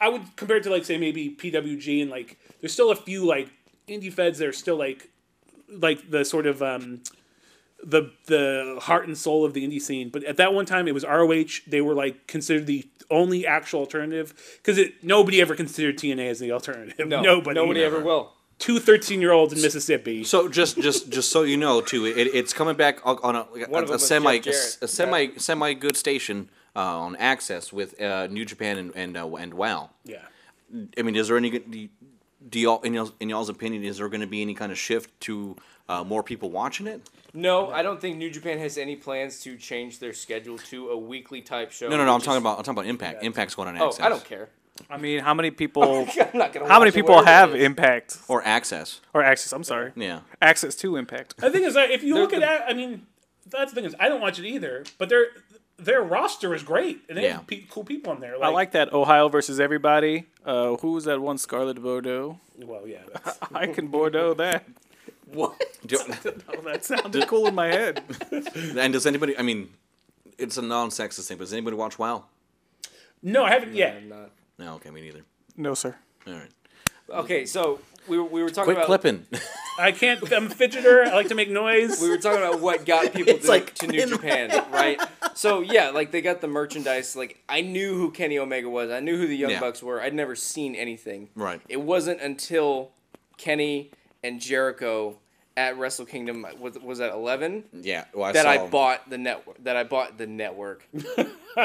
Speaker 3: I would compare it to, like, say, maybe PWG, and, like, there's still a few, like, indie feds that are still, like, like the sort of, um, the the heart and soul of the indie scene. But at that one time, it was ROH. They were like considered the only actual alternative because it nobody ever considered TNA as the alternative.
Speaker 2: No,
Speaker 3: nobody,
Speaker 2: nobody ever will.
Speaker 3: two 13 year olds in Mississippi.
Speaker 1: So just just just so you know, too, it, it's coming back on- on a,
Speaker 2: One
Speaker 1: a,
Speaker 2: of them
Speaker 1: a
Speaker 2: was
Speaker 1: semi
Speaker 2: Jeff Jarrett.
Speaker 1: a, semi semi good station uh, on Access with uh, New Japan and and, uh, and WoW.
Speaker 3: yeah.
Speaker 1: I mean, is there any do, y- do y'all in y'all's, in y'all's opinion is there going to be any kind of shift to uh, more people watching it?
Speaker 2: No, I don't think New Japan has any plans to change their schedule to a weekly type show.
Speaker 1: No, no, no. I'm
Speaker 2: which is-
Speaker 1: talking about I'm talking about Impact. Impact's going on
Speaker 2: Oh,
Speaker 1: Access.
Speaker 2: I don't care.
Speaker 4: I mean, how many
Speaker 3: Oh
Speaker 4: people?
Speaker 2: I'm not gonna
Speaker 4: how
Speaker 2: watch
Speaker 4: many
Speaker 2: it,
Speaker 4: people
Speaker 2: whatever it
Speaker 4: have
Speaker 2: is.
Speaker 4: impact
Speaker 1: Or Access.
Speaker 4: or access? I'm sorry.
Speaker 1: Yeah.
Speaker 4: Access to impact.
Speaker 3: The thing is, that if you look at that, I mean, that's the thing is, I don't watch it either. But their their roster is great, and they
Speaker 1: Yeah.
Speaker 3: have pe- cool people on there. Like,
Speaker 4: I like that Ohio versus everybody. Uh, who was that one? Scarlet Bordeaux.
Speaker 3: well, yeah, that's-
Speaker 4: I can Bordeaux that.
Speaker 1: What?
Speaker 4: Oh, that sounded cool in my head.
Speaker 1: and does anybody? I mean, it's a non-sexist thing, but does anybody watch WoW?
Speaker 3: no, I haven't yet.
Speaker 2: I'm not.
Speaker 1: No, okay, me neither.
Speaker 4: No, sir.
Speaker 1: All right,
Speaker 2: Okay, so we were, we were talking
Speaker 1: quit
Speaker 2: about
Speaker 1: clipping.
Speaker 3: I can't. I'm a fidgeter. I like to make noise.
Speaker 2: we were talking about what got people
Speaker 1: It's
Speaker 2: to,
Speaker 1: like-
Speaker 2: to New Japan, right? So yeah, like they got the merchandise. Like I knew who Kenny Omega was. I knew who the Young
Speaker 1: Yeah.
Speaker 2: Bucks were. I'd never seen anything.
Speaker 1: Right.
Speaker 2: It wasn't until Kenny and Jericho at Wrestle Kingdom was was at eleven
Speaker 1: yeah, well, I
Speaker 2: that
Speaker 1: saw
Speaker 2: I bought the network. That I bought the network.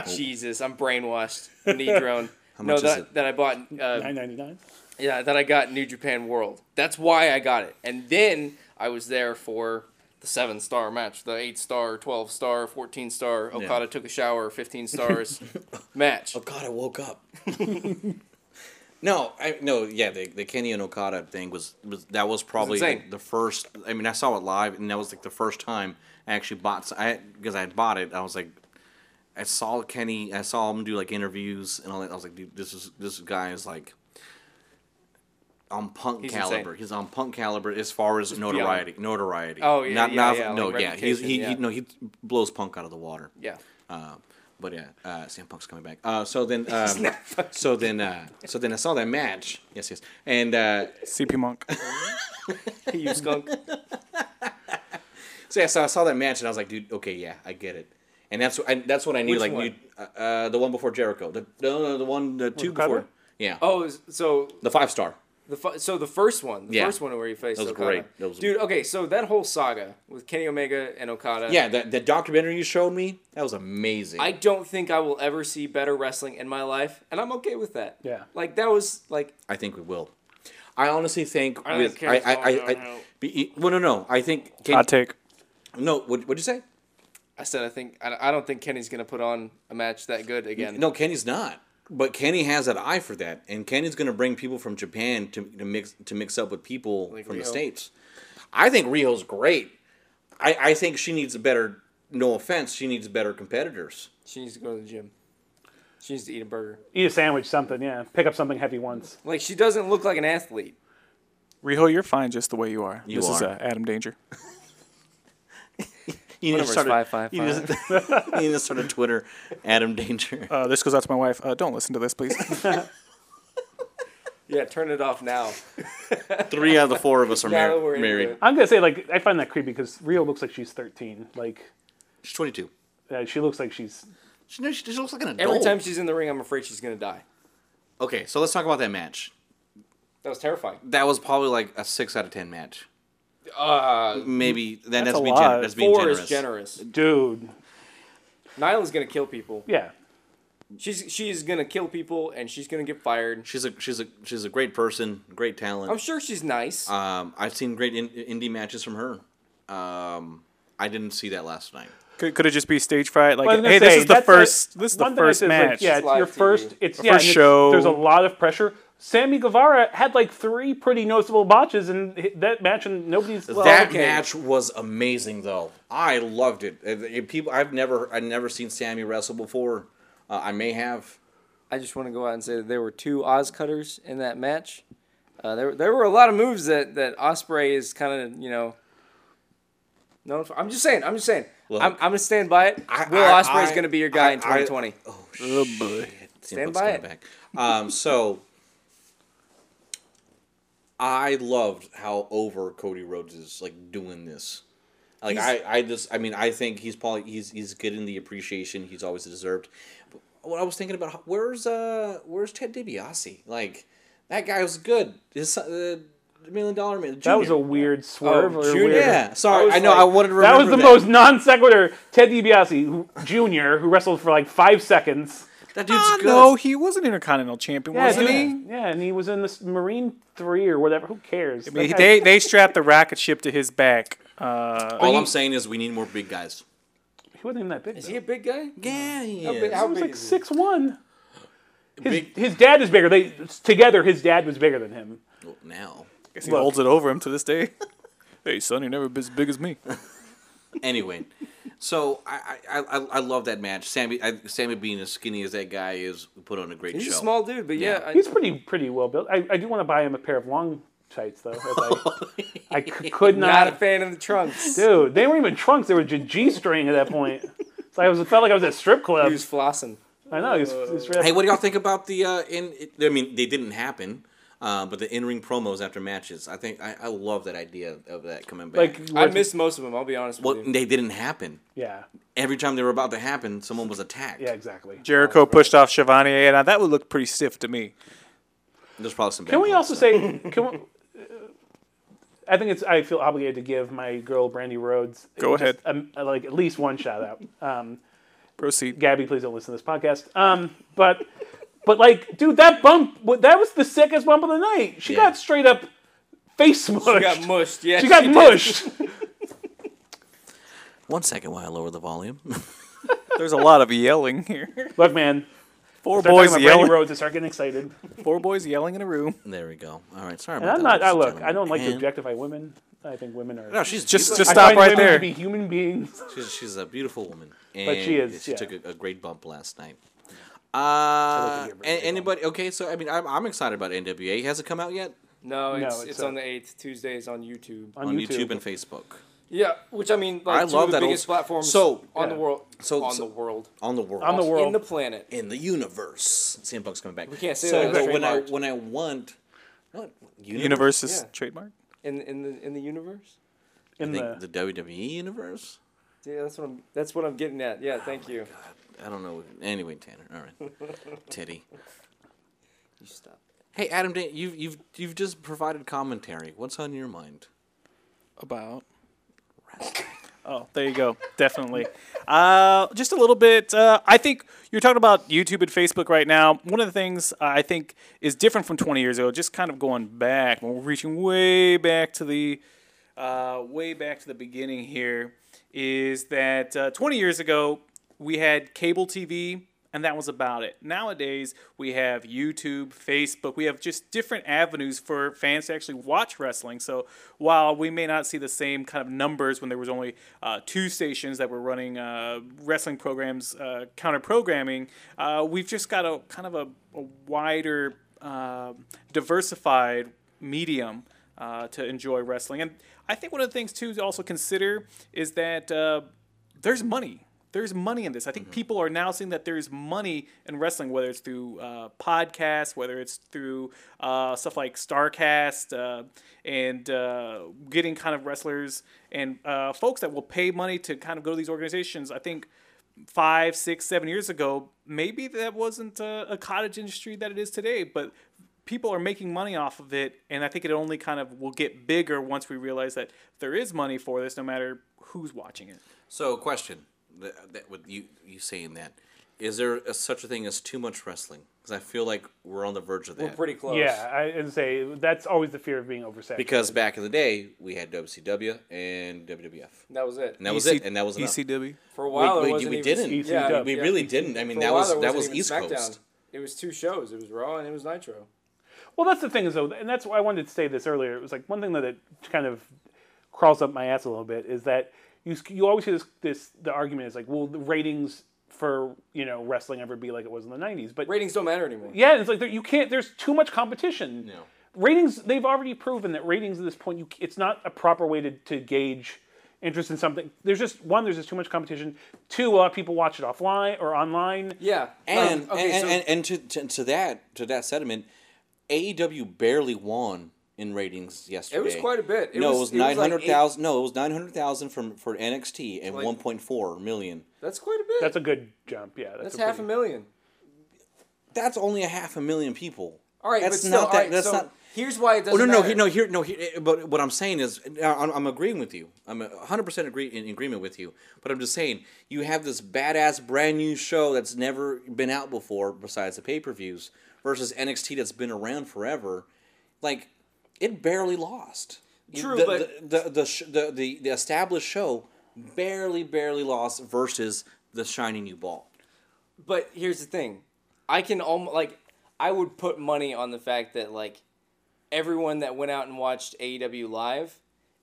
Speaker 2: Jesus, I'm brainwashed. Knee drone. no,
Speaker 1: much is
Speaker 2: that
Speaker 1: it?
Speaker 2: that I bought. Uh,
Speaker 3: Nine ninety nine.
Speaker 2: yeah, that I got New Japan World. That's why I got it. And then I was there for the seven star match, the eight star, twelve star, fourteen star. Okada took a shower, fifteen stars match.
Speaker 1: Oh, God, I woke up. no, I no, yeah, the, the Kenny and Okada thing was, was that was probably
Speaker 2: insane.
Speaker 1: like, the first. I mean, I saw it live, and that was like the first time I actually bought. s- I because I had bought it, I was like, I saw Kenny, I saw him do like interviews and all that. I was like, dude, this is this guy is like. On punk
Speaker 2: He's
Speaker 1: caliber,
Speaker 2: insane.
Speaker 1: he's on punk caliber as far as notoriety. Notoriety.
Speaker 2: Oh, yeah,
Speaker 1: Not,
Speaker 2: yeah,
Speaker 1: not-
Speaker 2: yeah,
Speaker 1: no,
Speaker 2: like
Speaker 1: yeah. He's, he,
Speaker 2: reputation,
Speaker 1: he
Speaker 2: yeah.
Speaker 1: no, he blows punk out of the water.
Speaker 2: Yeah.
Speaker 1: Uh, but yeah, uh, Sam Punk's coming back. Uh, so then, um, so then, uh, so then I saw that match. Yes, yes, and uh,
Speaker 4: CP Monk.
Speaker 2: You skunk.
Speaker 1: so yeah, so I saw that match, and I was like, dude, okay, yeah, I get it. And that's I, that's what I knew,
Speaker 2: Which
Speaker 1: like
Speaker 2: one?
Speaker 1: New, uh, uh, the one before Jericho, the no, no, the one, the two
Speaker 4: Okada?
Speaker 1: before, yeah,
Speaker 2: Oh, so
Speaker 1: the five star.
Speaker 2: the fu- so the first one, the
Speaker 1: Yeah.
Speaker 2: first one where you faced
Speaker 1: That was
Speaker 2: Okada.
Speaker 1: great. That was-
Speaker 2: Dude, okay, so that whole saga with Kenny Omega and Okada.
Speaker 1: Yeah, that the documentary you showed me, that was amazing.
Speaker 2: I don't think I will ever see better wrestling in my life, and I'm okay with that.
Speaker 3: Yeah.
Speaker 2: Like that was like
Speaker 1: I think we will. I honestly think
Speaker 2: don't
Speaker 1: with-
Speaker 2: care
Speaker 1: I,
Speaker 2: if
Speaker 1: I,
Speaker 2: y'all
Speaker 1: I,
Speaker 2: don't
Speaker 1: I,
Speaker 2: know.
Speaker 1: be- well, no, no, I think
Speaker 4: I take.
Speaker 1: no. What would you say?
Speaker 2: I said. I think I, I don't think Kenny's gonna put on a match that good again.
Speaker 1: No, Kenny's not. But Kenny has an eye for that, and Kenny's going to bring people from Japan to, to mix to mix up with people from the
Speaker 2: Rio.
Speaker 1: states. I think Rio's great. I, I think she needs a better. No offense, she needs better competitors.
Speaker 2: She needs to go to the gym. She needs to eat a burger.
Speaker 3: Eat a sandwich, something. Yeah, pick up something heavy once.
Speaker 2: Like she doesn't look like an athlete.
Speaker 4: Riho, you're fine just the way you are.
Speaker 1: You
Speaker 4: this is
Speaker 1: are.
Speaker 4: uh, Adam Danger.
Speaker 1: You need to
Speaker 2: Whatever,
Speaker 1: start a,
Speaker 2: five, five,
Speaker 1: you need to- you need to start a Twitter, Adam Danger.
Speaker 4: Uh, this goes out to my wife. Uh, don't listen to this, please.
Speaker 2: Yeah, turn it off now.
Speaker 1: Three out of the four of us are
Speaker 2: Now
Speaker 1: mar-
Speaker 2: that we're into
Speaker 1: married.
Speaker 2: it.
Speaker 3: I'm gonna say like I find that creepy because Rio looks like she's 13. Like
Speaker 1: She's twenty two.
Speaker 3: uh, she looks like she's
Speaker 1: She, no, she, she looks like an adult.
Speaker 2: Every time she's in the ring, I'm afraid she's gonna die.
Speaker 1: okay, so let's talk about that match.
Speaker 2: That was terrifying.
Speaker 1: That was probably like a six out of ten match.
Speaker 2: Uh,
Speaker 1: Maybe then that's,
Speaker 4: a
Speaker 1: being
Speaker 4: lot.
Speaker 1: gener- that's being
Speaker 2: four
Speaker 1: generous.
Speaker 2: is generous.
Speaker 3: dude.
Speaker 2: Nyla's gonna kill people.
Speaker 3: Yeah,
Speaker 2: She's she's gonna kill people, and she's gonna get fired.
Speaker 1: She's a she's a she's a great person, great talent.
Speaker 2: I'm sure she's nice.
Speaker 1: Um, I've seen great in, indie matches from her. Um, I didn't see that last night.
Speaker 4: could, could it just be stage fright? Like,
Speaker 3: Well, I was gonna
Speaker 4: hey,
Speaker 3: say,
Speaker 4: this is the
Speaker 3: that's like-
Speaker 4: first. this is the
Speaker 3: one thing I
Speaker 4: first
Speaker 3: said is,
Speaker 4: match.
Speaker 3: Like, yeah, it's
Speaker 2: Live
Speaker 3: your
Speaker 2: TV.
Speaker 3: first. It's yeah,
Speaker 4: first
Speaker 3: and it's-
Speaker 4: show.
Speaker 3: There's a lot of pressure. Sammy Guevara had like three pretty noticeable botches in hi- that match, and nobody's
Speaker 1: that
Speaker 3: okay.
Speaker 1: match was amazing, though. I loved it. If- if people, I've never, I've never seen Sammy wrestle before. Uh, I may have.
Speaker 2: I just want to go out and say that there were two Oz cutters in that match. Uh, there, there were a lot of moves that, that Osprey is kind of you know. No, I'm just saying. I'm just saying.
Speaker 1: Look.
Speaker 2: I'm, I'm gonna stand by it.
Speaker 1: I-
Speaker 2: Will
Speaker 1: I-
Speaker 2: Osprey's
Speaker 1: I-
Speaker 2: gonna be your guy
Speaker 1: I-
Speaker 2: in
Speaker 1: I-
Speaker 2: 2020.
Speaker 1: Oh, shit. Stand
Speaker 2: by it.
Speaker 1: Back. Um, so, I loved how over Cody Rhodes is like doing this. Like I, I just, I mean, I think he's probably he's he's getting the appreciation he's always deserved. But what I was thinking about, where's uh, where's Ted DiBiase? Like that guy was good. His son- uh, million dollar man.
Speaker 3: that was a
Speaker 1: Junior.
Speaker 3: weird swerve.
Speaker 2: Oh,
Speaker 3: or
Speaker 2: Junior.
Speaker 3: weird-
Speaker 1: yeah. Sorry,
Speaker 2: was
Speaker 1: I, know.
Speaker 2: like-
Speaker 1: I wanted to
Speaker 3: That
Speaker 1: remember
Speaker 3: was the most non sequitur. Ted DiBiase who- Jr., who wrestled for like five seconds.
Speaker 1: That dude's good.
Speaker 4: Ah, no, he was an Intercontinental Champion,
Speaker 3: Yeah,
Speaker 4: wasn't
Speaker 3: dude.
Speaker 4: he?
Speaker 3: Yeah, and he was in the Marine Three or whatever. Who cares?
Speaker 4: I mean,
Speaker 3: That guy-
Speaker 4: they they strapped the rocket ship to his back. Uh,
Speaker 1: All I'm saying is we need more big guys.
Speaker 3: he wasn't even that big.
Speaker 2: Is
Speaker 3: though.
Speaker 2: he a big guy?
Speaker 1: Yeah, he
Speaker 2: big-
Speaker 1: is.
Speaker 2: how
Speaker 3: He was
Speaker 2: big
Speaker 3: like
Speaker 2: is
Speaker 3: six one. His,
Speaker 1: Big-
Speaker 3: his dad is bigger. They together, his dad was bigger than him.
Speaker 1: Well, now.
Speaker 4: he holds it over him to this day. hey, son, you're never as big as me.
Speaker 1: Anyway, so I, I, I, I love that match. Sammy I, Sammy being as skinny as that guy is put on a great
Speaker 2: He's
Speaker 1: show.
Speaker 2: a small dude, but yeah,
Speaker 1: Yeah.
Speaker 2: I-
Speaker 3: He's pretty pretty well built. I, I do want to buy him a pair of long tights though. If I, I c- could
Speaker 2: not a
Speaker 3: not,
Speaker 2: fan of the trunks.
Speaker 3: dude. They weren't even trunks. They were G string at that point. So I was felt like I was Uh, at strip
Speaker 2: He
Speaker 3: club.
Speaker 2: was flossing.
Speaker 3: I know. He was, he was
Speaker 1: hey, what do y'all think about the uh, in? I mean, they didn't happen, uh, but the in ring promos after matches. I think I, I love that idea of that coming back.
Speaker 3: like
Speaker 2: I
Speaker 3: what-
Speaker 2: missed most of them. I'll be honest
Speaker 1: what
Speaker 2: with you.
Speaker 1: they didn't happen.
Speaker 3: yeah
Speaker 1: Every time they were about to happen, someone was attacked.
Speaker 3: yeah exactly.
Speaker 4: Jericho pushed off Chevalier, and I, that would look pretty stiff to me.
Speaker 1: There's probably some.
Speaker 3: Can we also say? Can we, uh, I think it's. I feel obligated to give my girl Brandy Rhodes.
Speaker 4: Go
Speaker 3: just,
Speaker 4: ahead.
Speaker 3: um, like at least one shout out. Um,
Speaker 4: Proceed.
Speaker 3: Gabby, please don't listen to this podcast. Um, but but like, dude, that bump. wa- That was the sickest bump of the night. She
Speaker 1: Yeah.
Speaker 3: got straight up face mushed.
Speaker 2: She got mushed. Yeah,
Speaker 3: She got
Speaker 2: did.
Speaker 3: mushed.
Speaker 1: One second while I lower the volume.
Speaker 4: There's a lot of yelling here.
Speaker 3: Look, man.
Speaker 4: Four
Speaker 3: Start talking
Speaker 4: boys
Speaker 3: about Brandy
Speaker 4: yelling.
Speaker 3: Rhodes. I start getting excited.
Speaker 4: Four boys yelling in a room.
Speaker 1: there we go. All right, sorry
Speaker 3: And
Speaker 1: about
Speaker 3: I'm
Speaker 1: that.
Speaker 3: not. I
Speaker 1: ladies and
Speaker 3: look. I don't like to
Speaker 1: gentlemen.
Speaker 3: objectify women. I think women are.
Speaker 1: And- No, she's
Speaker 4: Just,
Speaker 1: just
Speaker 4: just
Speaker 3: I
Speaker 4: stop
Speaker 3: find
Speaker 4: right
Speaker 3: women To
Speaker 4: there.
Speaker 3: be human beings.
Speaker 1: She's, she's a beautiful woman, and
Speaker 3: she is,
Speaker 1: She
Speaker 3: yeah.
Speaker 1: took a, a great bump last night. Uh,
Speaker 3: give her
Speaker 1: a-
Speaker 3: a great
Speaker 1: anybody? Okay, so I mean, I'm, I'm excited about NWA. Has it come out yet
Speaker 2: No, it's,
Speaker 3: it's
Speaker 2: it's
Speaker 3: a-
Speaker 2: on the eighth. Tuesdays on YouTube.
Speaker 3: On,
Speaker 1: on YouTube, and Facebook
Speaker 2: Yeah, which I mean, like
Speaker 1: I
Speaker 2: two
Speaker 1: love
Speaker 2: of the
Speaker 1: that old-
Speaker 2: biggest platforms
Speaker 1: So-
Speaker 2: on
Speaker 3: Yeah.
Speaker 2: the world,
Speaker 1: So-
Speaker 2: on
Speaker 1: so-
Speaker 2: the world,
Speaker 1: on the world?
Speaker 3: On the world.
Speaker 2: in the planet.
Speaker 1: in the universe. CM Punk's coming back. We
Speaker 2: can't say
Speaker 1: so,
Speaker 2: that,
Speaker 1: But
Speaker 2: that's
Speaker 1: when I
Speaker 2: trademarked.
Speaker 1: when I want what universe?
Speaker 4: Universe is
Speaker 2: Yeah.
Speaker 4: trademark.
Speaker 2: in in the in the universe.
Speaker 3: in
Speaker 1: I
Speaker 3: the,
Speaker 1: think the WWE universe.
Speaker 2: Yeah, that's what I'm. That's what I'm getting at. Yeah, thank you.
Speaker 1: I don't know. Anyway, Tanner. All right, Teddy.
Speaker 2: You stop.
Speaker 1: Hey, Adam. Dan- You've you've you've just provided commentary. What's on your mind?
Speaker 4: About. Oh, there you go. Definitely. Uh, just a little bit. Uh, I think you're talking about YouTube and Facebook right now. One of the things uh, I think is different from 20 years ago, just kind of going back, when we're reaching way back to the uh, way back to the beginning here, is that uh, 20 years ago we had cable TV and that was about it. Nowadays we have YouTube, Facebook, we have just different avenues for fans to actually watch wrestling. So while we may not see the same kind of numbers when there was only uh, two stations that were running uh, wrestling programs, uh, counter programming, uh, we've just got a kind of a, a wider, uh, diversified medium uh, to enjoy wrestling. And I think one of the things too to also consider is that uh, there's money. There's money in this. I think people are now seeing that there's money in wrestling, whether it's through uh, podcasts, whether it's through uh, stuff like Starcast, uh, and uh, getting kind of wrestlers and uh, folks that will pay money to kind of go to these organizations. I think five, six, seven years ago, maybe that wasn't a, a cottage industry that it is today, but people are making money off of it. And I think it only kind of will get bigger once we realize that there is money for this, no matter who's watching it.
Speaker 1: So, question th- that with you you saying that is there a, such a thing as too much wrestling? Because I feel like we're on the verge of that.
Speaker 2: We're pretty close.
Speaker 3: yeah, I and say that's always the fear of being oversaturated.
Speaker 1: because back in the day we had WCW and WWF,
Speaker 2: that was it.
Speaker 1: and that
Speaker 4: E
Speaker 1: was it, and that
Speaker 2: E
Speaker 1: was enough.
Speaker 4: ECW.
Speaker 2: For a while,
Speaker 1: we,
Speaker 2: it
Speaker 1: we,
Speaker 2: wasn't
Speaker 1: we
Speaker 2: even-
Speaker 1: didn't.
Speaker 3: ECW.
Speaker 2: Yeah,
Speaker 1: We
Speaker 2: yeah.
Speaker 1: really didn't. I mean,
Speaker 2: For a
Speaker 1: that
Speaker 2: while,
Speaker 1: was
Speaker 2: there
Speaker 1: that was
Speaker 2: wasn't
Speaker 1: East
Speaker 2: even SmackDown.
Speaker 1: Coast.
Speaker 2: It was two shows. It was Raw and it was Nitro.
Speaker 3: Well, that's the thing is though, and that's why I wanted to say this earlier. It was like one thing that it kind of crawls up my ass a little bit is that you you always hear this, this the argument is like, will the ratings for you know wrestling ever be like it was in the '90s? But
Speaker 2: Ratings don't matter anymore.
Speaker 3: yeah, it's like there- you can't. There's too much competition. No. Ratings. They've already proven that ratings at this point, you, c- it's not a proper way to, to gauge interest in something. There's just one. There's just too much competition. Two, a lot of people watch it offline or online.
Speaker 2: Yeah.
Speaker 1: And
Speaker 2: Um, okay,
Speaker 1: and,
Speaker 2: so
Speaker 1: and, and to, to to that to that sentiment, AEW barely won in ratings yesterday.
Speaker 2: it was quite a bit.
Speaker 1: no, it was nine
Speaker 2: like
Speaker 1: hundred
Speaker 2: eight-
Speaker 1: thousand. no, it was nine hundred thousand from for NXT and
Speaker 2: Like-
Speaker 1: one point four million.
Speaker 2: That's quite a bit.
Speaker 3: That's
Speaker 2: That's,
Speaker 3: a good jump. Yeah, that's,
Speaker 2: half a
Speaker 3: pretty-
Speaker 2: million.
Speaker 1: That's only a half a million people.
Speaker 2: All right,
Speaker 1: that's
Speaker 2: but still,
Speaker 1: not
Speaker 2: all
Speaker 1: that.
Speaker 2: right,
Speaker 1: that's
Speaker 2: so
Speaker 1: not.
Speaker 2: Here's why it doesn't.
Speaker 1: Oh, no, no,
Speaker 2: matter.
Speaker 1: he, no, here, no, here, eh, but what I'm saying is, eh, I'm, I'm agreeing with you. I'm 100% agree, in agreement with you. But I'm just saying, you have this badass brand new show that's never been out before, besides the pay per views, versus NXT that's been around forever. Like, it barely lost.
Speaker 2: True,
Speaker 1: the,
Speaker 2: but-
Speaker 1: the the the, sh- the the the established show barely barely lost versus the shiny new ball.
Speaker 2: But here's the thing, I can almost like I would put money on the fact that like everyone that went out and watched AEW live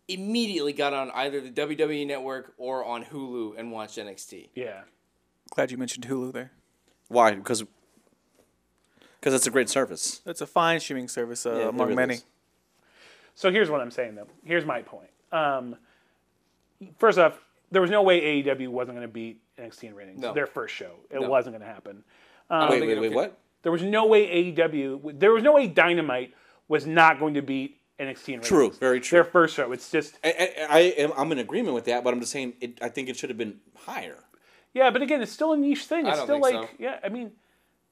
Speaker 2: immediately got on either the WWE network or on Hulu and watched NXT.
Speaker 3: Yeah.
Speaker 4: Glad you mentioned Hulu there.
Speaker 1: Why? Because because it's a great service.
Speaker 3: Uh,
Speaker 4: That's a fine streaming service uh,
Speaker 1: it
Speaker 4: among
Speaker 1: really
Speaker 4: many.
Speaker 1: is.
Speaker 3: So here's what I'm saying though. Here's my point. Um, first off, there was no way AEW wasn't going to beat NXT in ratings.
Speaker 2: No.
Speaker 3: Their first show, it wasn't going to happen.
Speaker 1: Wait,
Speaker 2: think
Speaker 1: wait,
Speaker 2: it'll
Speaker 1: wait,
Speaker 2: kick-
Speaker 1: what?
Speaker 3: There was no way AEW. There was no way Dynamite was not going to beat NXT in ratings.
Speaker 1: True, very true.
Speaker 3: Their first show. It's just
Speaker 1: I, I, I am, I'm in agreement with that, but I'm just saying it, I think it should have been higher.
Speaker 3: yeah, but again, it's still a niche thing. It's
Speaker 2: don't
Speaker 3: still
Speaker 2: think
Speaker 3: like
Speaker 2: so.
Speaker 3: yeah. I mean,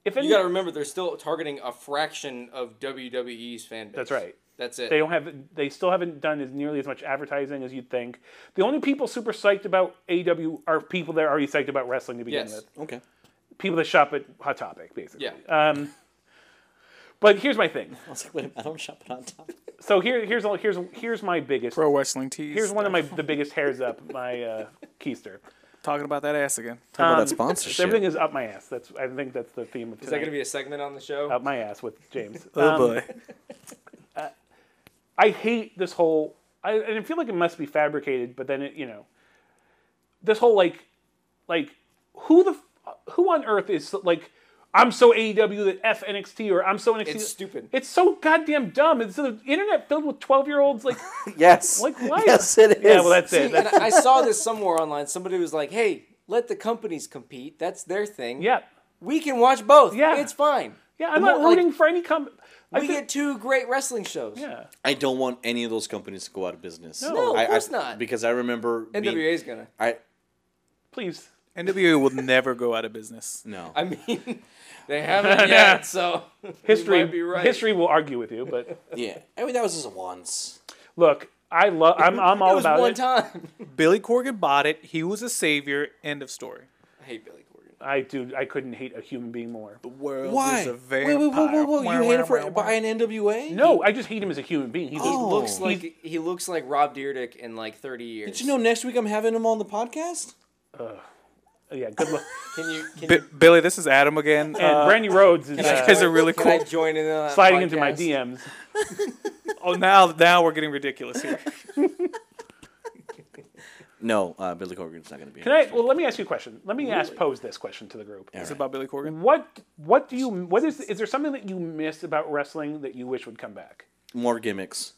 Speaker 3: if any,
Speaker 2: You got to remember they're still targeting a fraction of WWE's fan base.
Speaker 3: That's right.
Speaker 2: That's it.
Speaker 3: they don't have they still haven't done as nearly as much advertising as you'd think. The only people super psyched about AEW are people that are already psyched about wrestling to begin
Speaker 2: Yes.
Speaker 3: with.
Speaker 1: Okay.
Speaker 3: People that shop at Hot Topic, basically.
Speaker 1: E.
Speaker 2: yeah.
Speaker 3: Um, but here's my thing.
Speaker 1: I was like, wait a minute, I don't shop it on top.
Speaker 3: So here, here's all- here's here's my biggest.
Speaker 4: Pro wrestling tees.
Speaker 3: Here's one of my the biggest hairs up my uh, keister.
Speaker 4: talking about that ass again.
Speaker 1: Talk
Speaker 3: Um,
Speaker 1: about that sponsorship.
Speaker 3: Everything is up my ass. That's I think that's the theme of tonight.
Speaker 2: Is that going to be a segment on the show?
Speaker 3: up my ass with James.
Speaker 4: Oh
Speaker 3: Um, uh,
Speaker 4: boy.
Speaker 3: I hate this whole. I and I feel like it must be fabricated, but then it you know, this whole like, like who the f- who on earth is like. I'm so AEW that F NXT or I'm so NXT.
Speaker 2: It's stupid.
Speaker 3: It's so goddamn dumb. It's the internet filled with 12 year olds like
Speaker 1: Yes.
Speaker 3: Like, why-
Speaker 1: Yes, it is.
Speaker 3: Yeah, well, that's it.
Speaker 2: and
Speaker 3: That's,
Speaker 2: I I saw this somewhere online. Somebody was like, "Hey, let the companies compete. That's their thing.
Speaker 3: yeah,
Speaker 2: we can watch both.
Speaker 3: Yeah.
Speaker 2: it's fine.
Speaker 3: yeah. I'm
Speaker 2: The
Speaker 3: not
Speaker 2: more-
Speaker 3: rooting
Speaker 2: like,
Speaker 3: for any com. I
Speaker 2: we
Speaker 3: think-
Speaker 2: get two great wrestling shows.
Speaker 3: yeah.
Speaker 1: I don't want any of those companies to go out of business. No,
Speaker 2: of
Speaker 1: I,
Speaker 2: course
Speaker 1: I,
Speaker 2: not.
Speaker 1: Because I remember being-
Speaker 2: NWA's gonna.
Speaker 1: I
Speaker 3: Please.
Speaker 4: NWA will never go out of business.
Speaker 1: no.
Speaker 2: I mean, they haven't yet. So you
Speaker 3: History.
Speaker 2: might be right.
Speaker 3: History will argue with you, but
Speaker 1: yeah. I mean, that was just once.
Speaker 3: look, I love. I'm, I'm all
Speaker 2: It was
Speaker 3: about
Speaker 2: one
Speaker 3: it.
Speaker 2: time.
Speaker 4: Billy Corgan bought it. He was a savior. End of story.
Speaker 2: I hate Billy Corgan.
Speaker 3: I do. I couldn't hate a human being more.
Speaker 4: World
Speaker 1: Why?
Speaker 4: Is a
Speaker 1: Wait,
Speaker 4: vampire.
Speaker 1: wait, whoa, whoa, whoa! You hated for buying NWA?
Speaker 3: No, I just hate him as a human being. He's
Speaker 1: Oh.
Speaker 3: a,
Speaker 2: Looks like he looks like Rob Dyrdek in like 30 years.
Speaker 1: Did you know next week I'm having him on the podcast?
Speaker 3: yeah. Good luck.
Speaker 2: Can you? Can
Speaker 4: B-
Speaker 2: you
Speaker 4: Billy, this is Adam again.
Speaker 3: And
Speaker 4: Uh,
Speaker 3: Brandy Rhodes is
Speaker 4: I
Speaker 3: uh,
Speaker 4: guys are really
Speaker 2: can
Speaker 4: cool.
Speaker 2: I join in on that
Speaker 3: sliding into my
Speaker 2: podcast?
Speaker 3: DMs.
Speaker 4: oh, now now we're getting ridiculous here.
Speaker 1: No, uh, Billy Corgan's not going to be.
Speaker 3: Can I? Well, let me ask you a question. Let me ask pose this question to the group.
Speaker 4: Is it about Billy Corgan?
Speaker 3: What What do you? What is? Is there something that you miss about wrestling that you wish would come back?
Speaker 1: More gimmicks,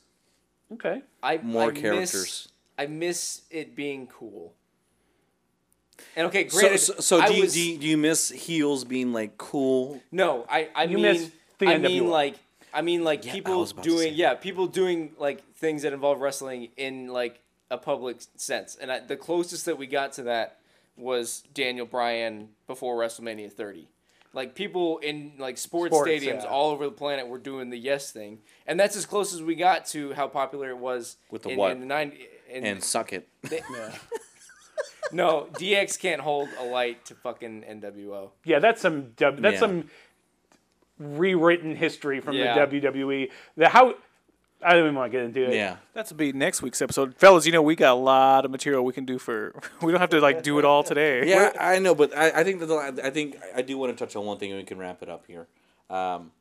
Speaker 3: Okay.
Speaker 2: I,
Speaker 1: more
Speaker 2: I miss-
Speaker 1: characters.
Speaker 2: I miss it being cool. And okay,
Speaker 1: So,
Speaker 2: granted,
Speaker 1: so, so
Speaker 2: I
Speaker 1: do, you,
Speaker 2: was-
Speaker 1: do, you, do you miss heels being like cool
Speaker 2: No, I I mean
Speaker 3: miss the
Speaker 2: I
Speaker 3: NWO.
Speaker 2: mean like I mean like people
Speaker 1: was about to say
Speaker 2: doing
Speaker 1: that.
Speaker 2: yeah people doing like things that involve wrestling in like a public sense, and I, the closest that we got to that was Daniel Bryan before WrestleMania 30. Like people in like sports,
Speaker 3: Sports,
Speaker 2: stadiums
Speaker 3: yeah.
Speaker 2: all over the planet were doing the yes thing, and that's as close as we got to how popular it was
Speaker 1: With the
Speaker 2: in,
Speaker 1: what?
Speaker 2: in the 90, in,
Speaker 1: and suck it?
Speaker 2: no DX can't hold a light to fucking NWO.
Speaker 3: Yeah, that's some dub- that's
Speaker 1: Yeah.
Speaker 3: some rewritten history from
Speaker 2: Yeah.
Speaker 3: the WWE. The how I don't even want to get into it.
Speaker 1: Yeah.
Speaker 4: That's be next week's episode, fellas. You know we got a lot of material we can do for. We don't have to like do it all today.
Speaker 1: Yeah, I I know, but I, I think that the, I think I do want to touch on one thing, and we can wrap it up here. Um,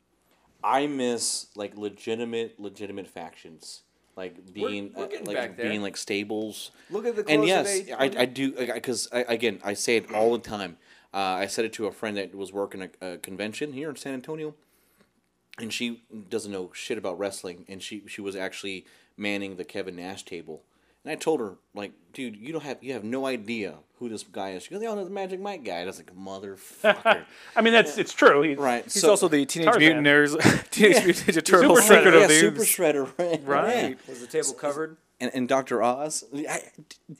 Speaker 1: I miss like legitimate, legitimate factions. Like being,
Speaker 2: we're
Speaker 1: uh,
Speaker 2: getting back
Speaker 1: like
Speaker 2: there.
Speaker 1: being like stables.
Speaker 2: Look at the
Speaker 1: and
Speaker 2: clothes that
Speaker 1: yes,
Speaker 2: they-
Speaker 1: I, I do because I, again I say it all the time. Uh, I said it to a friend that was working a, a convention here in San Antonio, and she doesn't know shit about wrestling, and she she was actually manning the Kevin Nash table, and I told her like, dude, you don't have you have no idea who this guy is. She goes, oh, no, the Magic Mike guy. And I was like, motherfucker,
Speaker 3: I mean, that's it's true. He,
Speaker 1: right?
Speaker 4: He's
Speaker 1: so-
Speaker 4: also the Teenage
Speaker 3: Tarzan.
Speaker 4: Mutant Nerds, Teenage Mutant Ninja Turtles,
Speaker 3: Super
Speaker 4: Secret
Speaker 3: Shredder.
Speaker 4: of
Speaker 1: yeah,
Speaker 4: the
Speaker 1: Super
Speaker 4: Ooze.
Speaker 1: Shredder, right?
Speaker 4: Right.
Speaker 1: Yeah.
Speaker 2: Was the table covered?
Speaker 1: And, and Doctor Oz, I-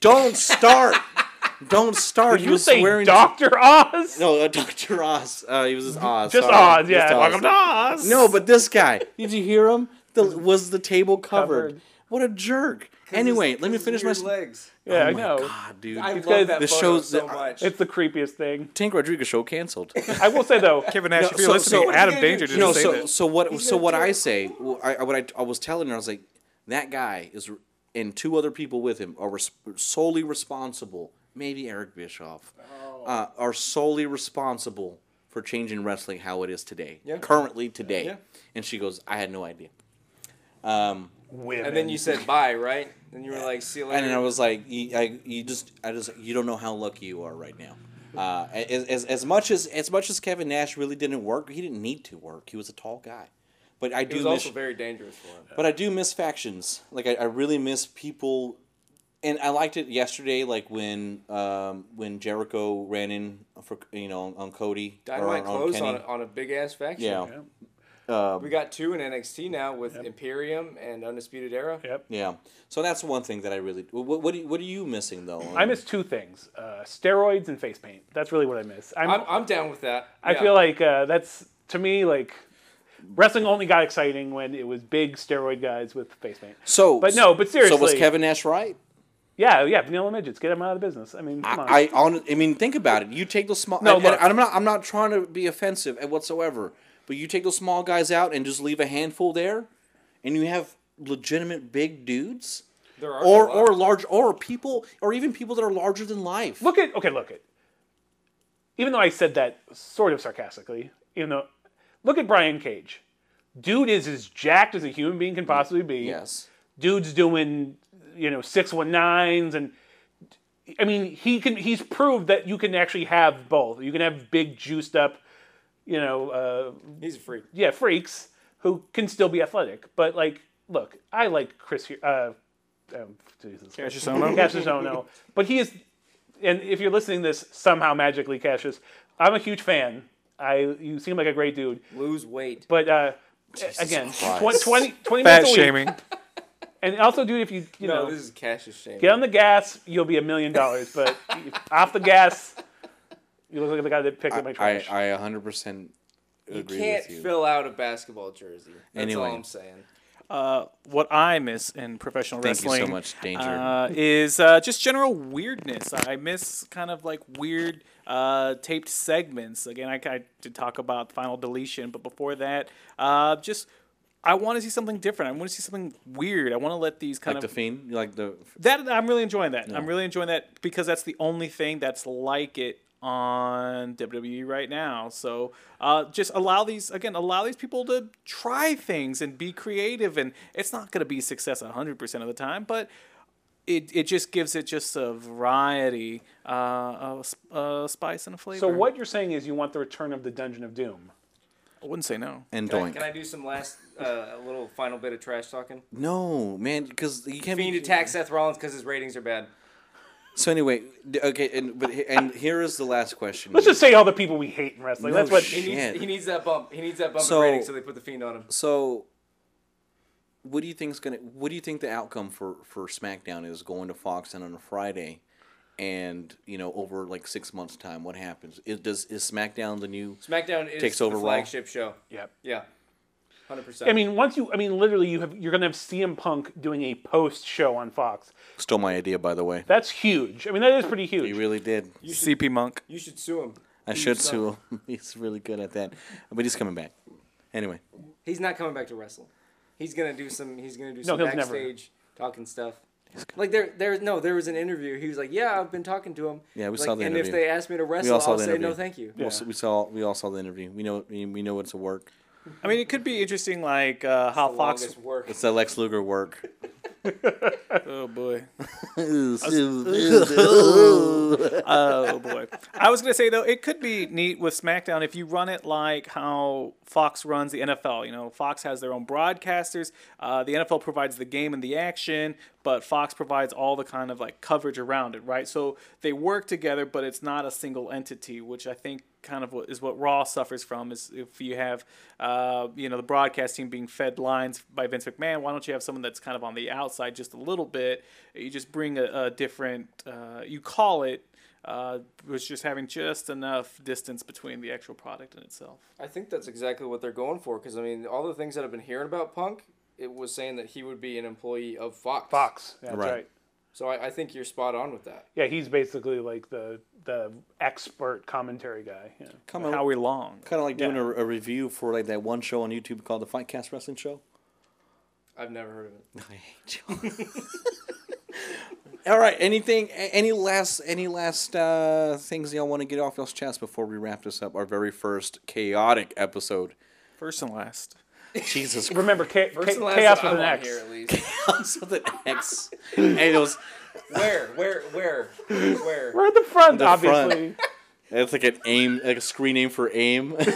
Speaker 1: don't start, don't start. he
Speaker 3: You
Speaker 1: was
Speaker 3: say
Speaker 1: swearing to-
Speaker 3: Doctor Oz?
Speaker 1: No, uh, Dr. Oz. Uh, he was just Oz.
Speaker 3: Just
Speaker 1: sorry.
Speaker 3: Oz, yeah.
Speaker 1: Just
Speaker 3: Welcome to Oz.
Speaker 1: No, but this guy. Did you hear him? The, was the table covered?
Speaker 3: Covered.
Speaker 1: What a jerk. Anyway, let me finish my. Oh
Speaker 2: Weird legs.
Speaker 3: Yeah, I
Speaker 1: my
Speaker 3: know.
Speaker 1: God, dude.
Speaker 2: I love
Speaker 3: guys-
Speaker 2: that
Speaker 1: this
Speaker 2: photo
Speaker 1: shows
Speaker 2: so
Speaker 1: that-
Speaker 2: much.
Speaker 3: It's the creepiest thing.
Speaker 1: Tank Rodriguez show canceled.
Speaker 3: I will say though,
Speaker 4: Kevin Nash,
Speaker 1: No,
Speaker 4: if you're
Speaker 1: so-
Speaker 4: listening,
Speaker 1: so-
Speaker 4: Adam Danger didn't
Speaker 1: no,
Speaker 4: say
Speaker 1: so
Speaker 4: that.
Speaker 1: so what so
Speaker 2: gonna
Speaker 1: what
Speaker 2: do
Speaker 1: I
Speaker 2: it.
Speaker 1: say, well, I, I- what I, I was telling her, I was like, that guy is, and two other people with him are res- solely responsible. Maybe Eric Bischoff
Speaker 2: Oh.
Speaker 1: uh, are solely responsible for changing wrestling how it is today,
Speaker 2: Yeah.
Speaker 1: currently today.
Speaker 2: Yeah.
Speaker 1: And she goes, I had no idea.
Speaker 2: and then you said bye, right? And you were like, see you later.
Speaker 1: And then I was like, you, I, you just, I just, you don't know how lucky you are right now. Uh, as, as, as much as as much as Kevin Nash really didn't work, he didn't need to work. He was a tall guy, but I
Speaker 2: it
Speaker 1: do Uh,
Speaker 2: was
Speaker 1: miss.
Speaker 2: also very dangerous for him.
Speaker 1: But I do miss factions. Like I, I really miss people, and I liked it yesterday. Like when um, when Jericho ran in for you know on Cody
Speaker 2: Dynamite closed on,
Speaker 1: Kenny.
Speaker 2: a- on a big ass faction.
Speaker 1: Yeah,
Speaker 3: Um,
Speaker 2: We got two in NXT now with Imperium and Undisputed Era.
Speaker 3: Yep.
Speaker 1: yeah. So that's one thing that I really. What what are you, what are you missing though?
Speaker 3: I miss two things: uh, steroids and face paint. That's really what I miss. I'm,
Speaker 2: I'm, I'm down with that.
Speaker 3: I
Speaker 2: Yeah.
Speaker 3: feel like uh, that's to me like wrestling only got exciting when it was big steroid guys with face paint.
Speaker 1: So
Speaker 3: But no, but
Speaker 1: So was
Speaker 3: seriously.
Speaker 1: Kevin Nash right?
Speaker 3: Yeah, yeah, vanilla midgets, get them out of the business. I mean, come on.
Speaker 1: I, I on I mean think about it. You take those small. No,
Speaker 3: No,
Speaker 1: and, and
Speaker 3: look.
Speaker 1: I'm not. I'm not trying to be offensive at whatsoever. But you take those small guys out and just leave a handful there, and you have legitimate big dudes,
Speaker 2: there are
Speaker 1: or
Speaker 2: a lot.
Speaker 1: or large or people or even people that are larger than life.
Speaker 3: look at okay, look at. Even though I said that sort of sarcastically, even though, look at Brian Cage. Dude is as jacked as a human being can possibly be.
Speaker 1: Yes.
Speaker 3: dude's doing you know six one nines and I mean he can he's proved that you can actually have both. You can have big juiced up, you know, uh,
Speaker 2: he's a freak.
Speaker 3: yeah, freaks who can still be athletic. But like, look, I like Chris. Hu- Uh, um, Jesus,
Speaker 4: Cassius Ohno?
Speaker 3: Cassius Ohno, but he is. And if you're listening to this somehow magically, Cassius, I'm a huge fan. I you seem like a great dude,
Speaker 2: Lose weight.
Speaker 3: but uh, again, tw-
Speaker 1: Christ.
Speaker 3: 20, 20
Speaker 4: Fat
Speaker 3: minutes a week,
Speaker 4: shaming.
Speaker 3: and also, dude, if you you
Speaker 2: No,
Speaker 3: know
Speaker 2: Oh, this is Cash's shame.
Speaker 3: Get on the gas, you'll be a million dollars. But if- off the gas, you look like the guy that picked up my
Speaker 1: I
Speaker 3: trash.
Speaker 1: I 100 percent agree
Speaker 2: You can't
Speaker 1: with you.
Speaker 2: fill out a basketball jersey. That's
Speaker 1: Anyway.
Speaker 2: all I'm saying.
Speaker 4: what I miss in professional
Speaker 1: Thank you
Speaker 4: wrestling.
Speaker 1: so much, Danger.
Speaker 4: Uh, is uh, just general weirdness. I miss kind of like weird uh, taped segments. Again, I, I did talk about final deletion, but before that, uh, just I want to see something different. I want to see something weird. I want to let these kind
Speaker 1: like the
Speaker 4: of
Speaker 1: fiend, You like the
Speaker 4: that I'm really enjoying that. I'm really enjoying that because that's the only thing that's like it on WWE right now. So uh, just allow these again, allow these people to try things and be creative. And it's not going to be success 100 percent of the time, but it, it just gives it just a variety, uh, a, s- a spice and a flavor.
Speaker 3: so what you're saying is you want the return of the Dungeon of Doom.
Speaker 4: I wouldn't say no.
Speaker 1: and
Speaker 2: Can I,
Speaker 1: doink.
Speaker 2: can I do some last, uh, a little final bit of trash talking?
Speaker 1: no, man, because you can't. be-
Speaker 2: Fiend attack Seth Rollins because his ratings are bad.
Speaker 1: So anyway, d- okay, and but he- and here is the last question.
Speaker 3: Let's just say all the people we hate in wrestling.
Speaker 1: No
Speaker 3: That's what.
Speaker 1: shit.
Speaker 2: He needs,
Speaker 1: Shit.
Speaker 2: he needs that bump. He needs that bump
Speaker 1: So-
Speaker 2: in ratings, so they put the Fiend on him.
Speaker 1: So, what do you think's gonna? What do you think the outcome for for SmackDown is going to Fox and on a Friday, and you know over like six months time, what happens? Is does is SmackDown the new?
Speaker 2: SmackDown is
Speaker 1: Takes
Speaker 2: the
Speaker 1: over Raw.
Speaker 2: flagship show.
Speaker 3: Yep.
Speaker 2: Yeah. 100%.
Speaker 3: I mean, once you, I mean, literally, you have you're gonna have CM Punk doing a post show on Fox.
Speaker 1: Stole my idea, by the way.
Speaker 3: That's huge. I mean, that is pretty huge.
Speaker 1: He really did.
Speaker 4: CP Monk.
Speaker 2: you should sue him.
Speaker 1: I should sue him. He's really good at that, but he's coming back. Anyway,
Speaker 2: He's not coming back to wrestle. He's gonna do some. He's gonna do
Speaker 3: No,
Speaker 2: some
Speaker 3: he'll never.
Speaker 2: backstage talking stuff. Like there, there. No, there was an interview. He was like, "Yeah, I've been talking to him."
Speaker 1: Yeah, we
Speaker 2: like,
Speaker 1: saw the
Speaker 2: And if
Speaker 1: interview.
Speaker 2: they asked me to
Speaker 1: we
Speaker 2: wrestle,
Speaker 1: all saw
Speaker 2: I'll
Speaker 1: the
Speaker 2: say
Speaker 1: interview.
Speaker 2: no, thank you.
Speaker 1: We'll s- we saw we all saw the interview. We know we know it's a work.
Speaker 4: I mean, it could be interesting, like uh, how Fox.
Speaker 2: Longest work.
Speaker 1: It's that Lex Luger work.
Speaker 4: Oh boy.
Speaker 1: That's
Speaker 4: Oh boy. I was gonna say though, it could be neat with SmackDown if you run it like how Fox runs the NFL. You know, Fox has their own broadcasters. Uh, the NFL provides the game and the action, but Fox provides all the kind of like coverage around it, right? So they work together, but it's not a single entity, which I think kind of what is what Raw suffers from is if you have uh, you know the broadcast team being fed lines by Vince McMahon, why don't you have someone that's kind of on the outside just a little bit? You just bring a, a different uh, you call it uh, was just having just enough distance between the actual product and itself.
Speaker 2: I think that's exactly what they're going for because I mean, all the things that I've been hearing about Punk, it was saying that he would be an employee of Fox.
Speaker 6: Fox. Yeah, that's
Speaker 1: Right.
Speaker 6: right.
Speaker 2: So I, I think you're spot on with that.
Speaker 6: Yeah, he's basically like the the expert commentary guy. Yeah.
Speaker 1: Come on.
Speaker 4: How we long?
Speaker 1: Kind of like doing a, a review for like that one show on YouTube called the Fightcast Wrestling Show.
Speaker 2: I've never heard of it.
Speaker 1: I hate you. All right. Anything? a- Any last? Any last uh, things y'all want to get off y'all's chest before we wrap this up? Our very first chaotic episode.
Speaker 4: First and last.
Speaker 1: Jesus Christ.
Speaker 6: Remember, cha- cha-
Speaker 2: First and last
Speaker 6: chaos with
Speaker 2: that I'm
Speaker 6: an
Speaker 2: on
Speaker 6: X.
Speaker 2: Here, at least.
Speaker 1: with an X. And it was.
Speaker 2: where, where, where, where?
Speaker 6: We're at the front,
Speaker 1: The front.
Speaker 6: obviously.
Speaker 1: It's like an aim, like a screen name for aim. but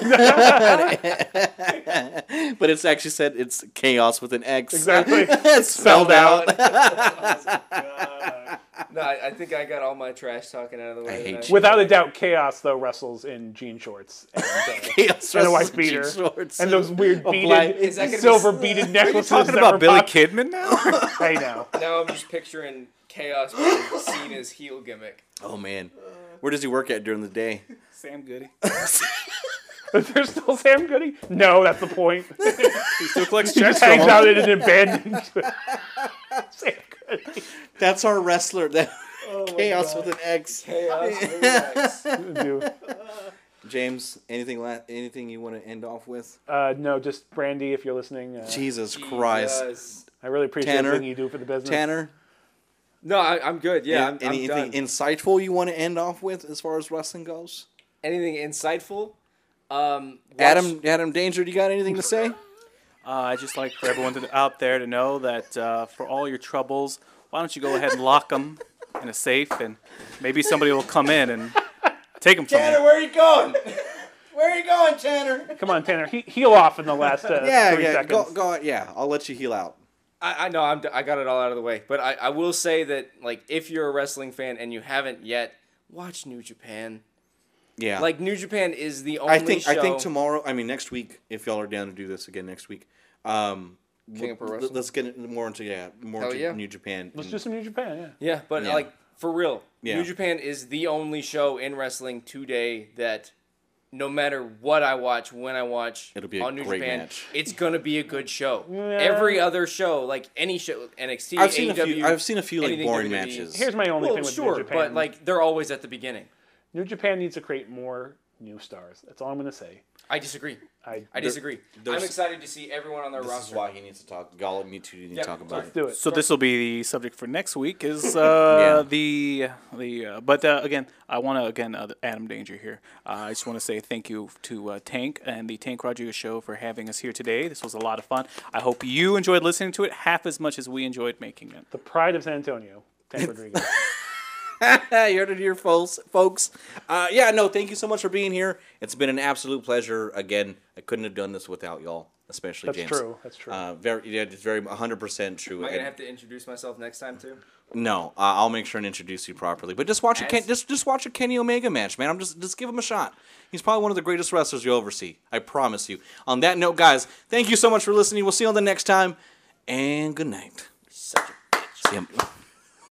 Speaker 1: it's actually said it's chaos with an X.
Speaker 6: Exactly.
Speaker 1: It's spelled out.
Speaker 2: No, I, I think I got all my trash talking out of the way.
Speaker 1: I hate
Speaker 2: tonight.
Speaker 1: you.
Speaker 6: Without a doubt, chaos though wrestles in jean shorts and, uh,
Speaker 1: Chaos
Speaker 6: and a
Speaker 1: wrestles
Speaker 6: white
Speaker 1: in
Speaker 6: beater
Speaker 1: jean shorts.
Speaker 6: and those weird
Speaker 1: A black-
Speaker 6: beaded
Speaker 1: Is
Speaker 2: that gonna be-
Speaker 6: silver beaded necklaces.
Speaker 4: Talking
Speaker 6: that were
Speaker 4: about Billy
Speaker 6: pop-
Speaker 4: Kidman now?
Speaker 6: I know.
Speaker 2: Now I'm just picturing chaos being seen as heel gimmick.
Speaker 1: Oh man, where does he work at during the day?
Speaker 4: Sam Goody.
Speaker 6: There's still Sam Goody. No, that's the point.
Speaker 4: He still collects checks from
Speaker 6: Hangs
Speaker 4: him.
Speaker 6: out in an abandoned. Sam Goody.
Speaker 1: That's our wrestler. That chaos with an X.
Speaker 2: Chaos relax.
Speaker 6: Dude.
Speaker 1: James, anything la- anything you want to end off with?
Speaker 6: Uh, no, just Brandy, if you're listening. Uh,
Speaker 1: Jesus Christ,
Speaker 2: Jesus.
Speaker 6: I really appreciate
Speaker 1: Tanner.
Speaker 6: everything you do for the business.
Speaker 1: Tanner.
Speaker 2: No, I, I'm good. Yeah, I'm, I'm
Speaker 1: anything
Speaker 2: done.
Speaker 1: insightful you want to end off with as far as wrestling goes?
Speaker 2: Anything insightful? Um, watch-
Speaker 1: Adam, Adam Danger, do you got anything to say?
Speaker 4: Uh, I just like for everyone to, out there to know that uh, for all your troubles, why don't you go ahead and lock them in a safe, and maybe somebody will come in and take them from you.
Speaker 5: where are you going? Where are you going, Tanner?
Speaker 6: Come on, Tanner. He- heal off in the last uh,
Speaker 1: Yeah,
Speaker 6: three
Speaker 1: yeah,
Speaker 6: seconds.
Speaker 1: go, go, yeah. I'll let you heal out.
Speaker 2: I, I know I'm, d- I got it all out of the way, but I, I will say that like if you're a wrestling fan and you haven't yet, watch New Japan.
Speaker 1: Yeah,
Speaker 2: Like New Japan is the only
Speaker 1: I think
Speaker 2: show.
Speaker 1: I think tomorrow. I mean next week, if y'all are down to do this again next week, um,
Speaker 2: King of Pro
Speaker 1: let-
Speaker 2: Wrestling?
Speaker 1: let's get it more into yeah, more
Speaker 2: Hell
Speaker 1: into
Speaker 2: yeah.
Speaker 1: New Japan.
Speaker 6: Let's do some New Japan. Yeah.
Speaker 2: Yeah, but
Speaker 1: Yeah.
Speaker 2: like for real,
Speaker 1: Yeah.
Speaker 2: New Japan is the only show in wrestling today that no matter what I watch, when I watch
Speaker 1: It'll be a
Speaker 2: on New
Speaker 1: great
Speaker 2: Japan,
Speaker 1: match.
Speaker 2: it's gonna be a good show. Every other show, like any show, NXT,
Speaker 1: I've seen a
Speaker 2: AEW,
Speaker 1: few. I've seen a few like
Speaker 2: E anything
Speaker 1: boring
Speaker 2: WWE.
Speaker 1: matches.
Speaker 6: Here's my only
Speaker 2: Well,
Speaker 6: thing with
Speaker 2: sure,
Speaker 6: New Japan.
Speaker 2: but like they're always at the beginning.
Speaker 6: New Japan needs to create more new stars. That's all I'm going to say.
Speaker 2: I disagree.
Speaker 6: I,
Speaker 2: I disagree. I'm
Speaker 1: there's-
Speaker 2: excited to see everyone on their
Speaker 1: this is
Speaker 2: roster.
Speaker 1: why he needs to talk. Y'all need to, need to
Speaker 2: Yeah,
Speaker 1: talk about
Speaker 6: let's
Speaker 1: it.
Speaker 6: do it.
Speaker 4: So this will be the subject for next week. Is uh,
Speaker 1: Yeah.
Speaker 4: the the uh, but uh, again, I want to again uh, Adam Danger here. Uh, I just want to say thank you to uh, Tank and the Tank Rodriguez Show for having us here today. This was a lot of fun. I hope you enjoyed listening to it half as much as we enjoyed making it.
Speaker 6: The pride of San Antonio, Tank Rodriguez.
Speaker 1: Hey, you heard it here, folks. Folks, uh, yeah, no, thank you so much for being here. It's been an absolute pleasure. Again, I couldn't have done this without y'all, especially
Speaker 6: That's
Speaker 1: James.
Speaker 6: true. That's true.
Speaker 1: Uh, very, yeah, it's very 100% true.
Speaker 2: Am I gonna
Speaker 1: And-
Speaker 2: have to introduce myself next time too?
Speaker 1: No, uh, I'll make sure and introduce you properly. But just watch a Ken,
Speaker 2: As-
Speaker 1: just just watch a Kenny Omega match, man. I'm just just give him a shot. He's probably one of the greatest wrestlers you'll ever see. I promise you. On that note, guys, thank you so much for listening. We'll see you on the next time, and good night.
Speaker 2: Such a
Speaker 1: See ya.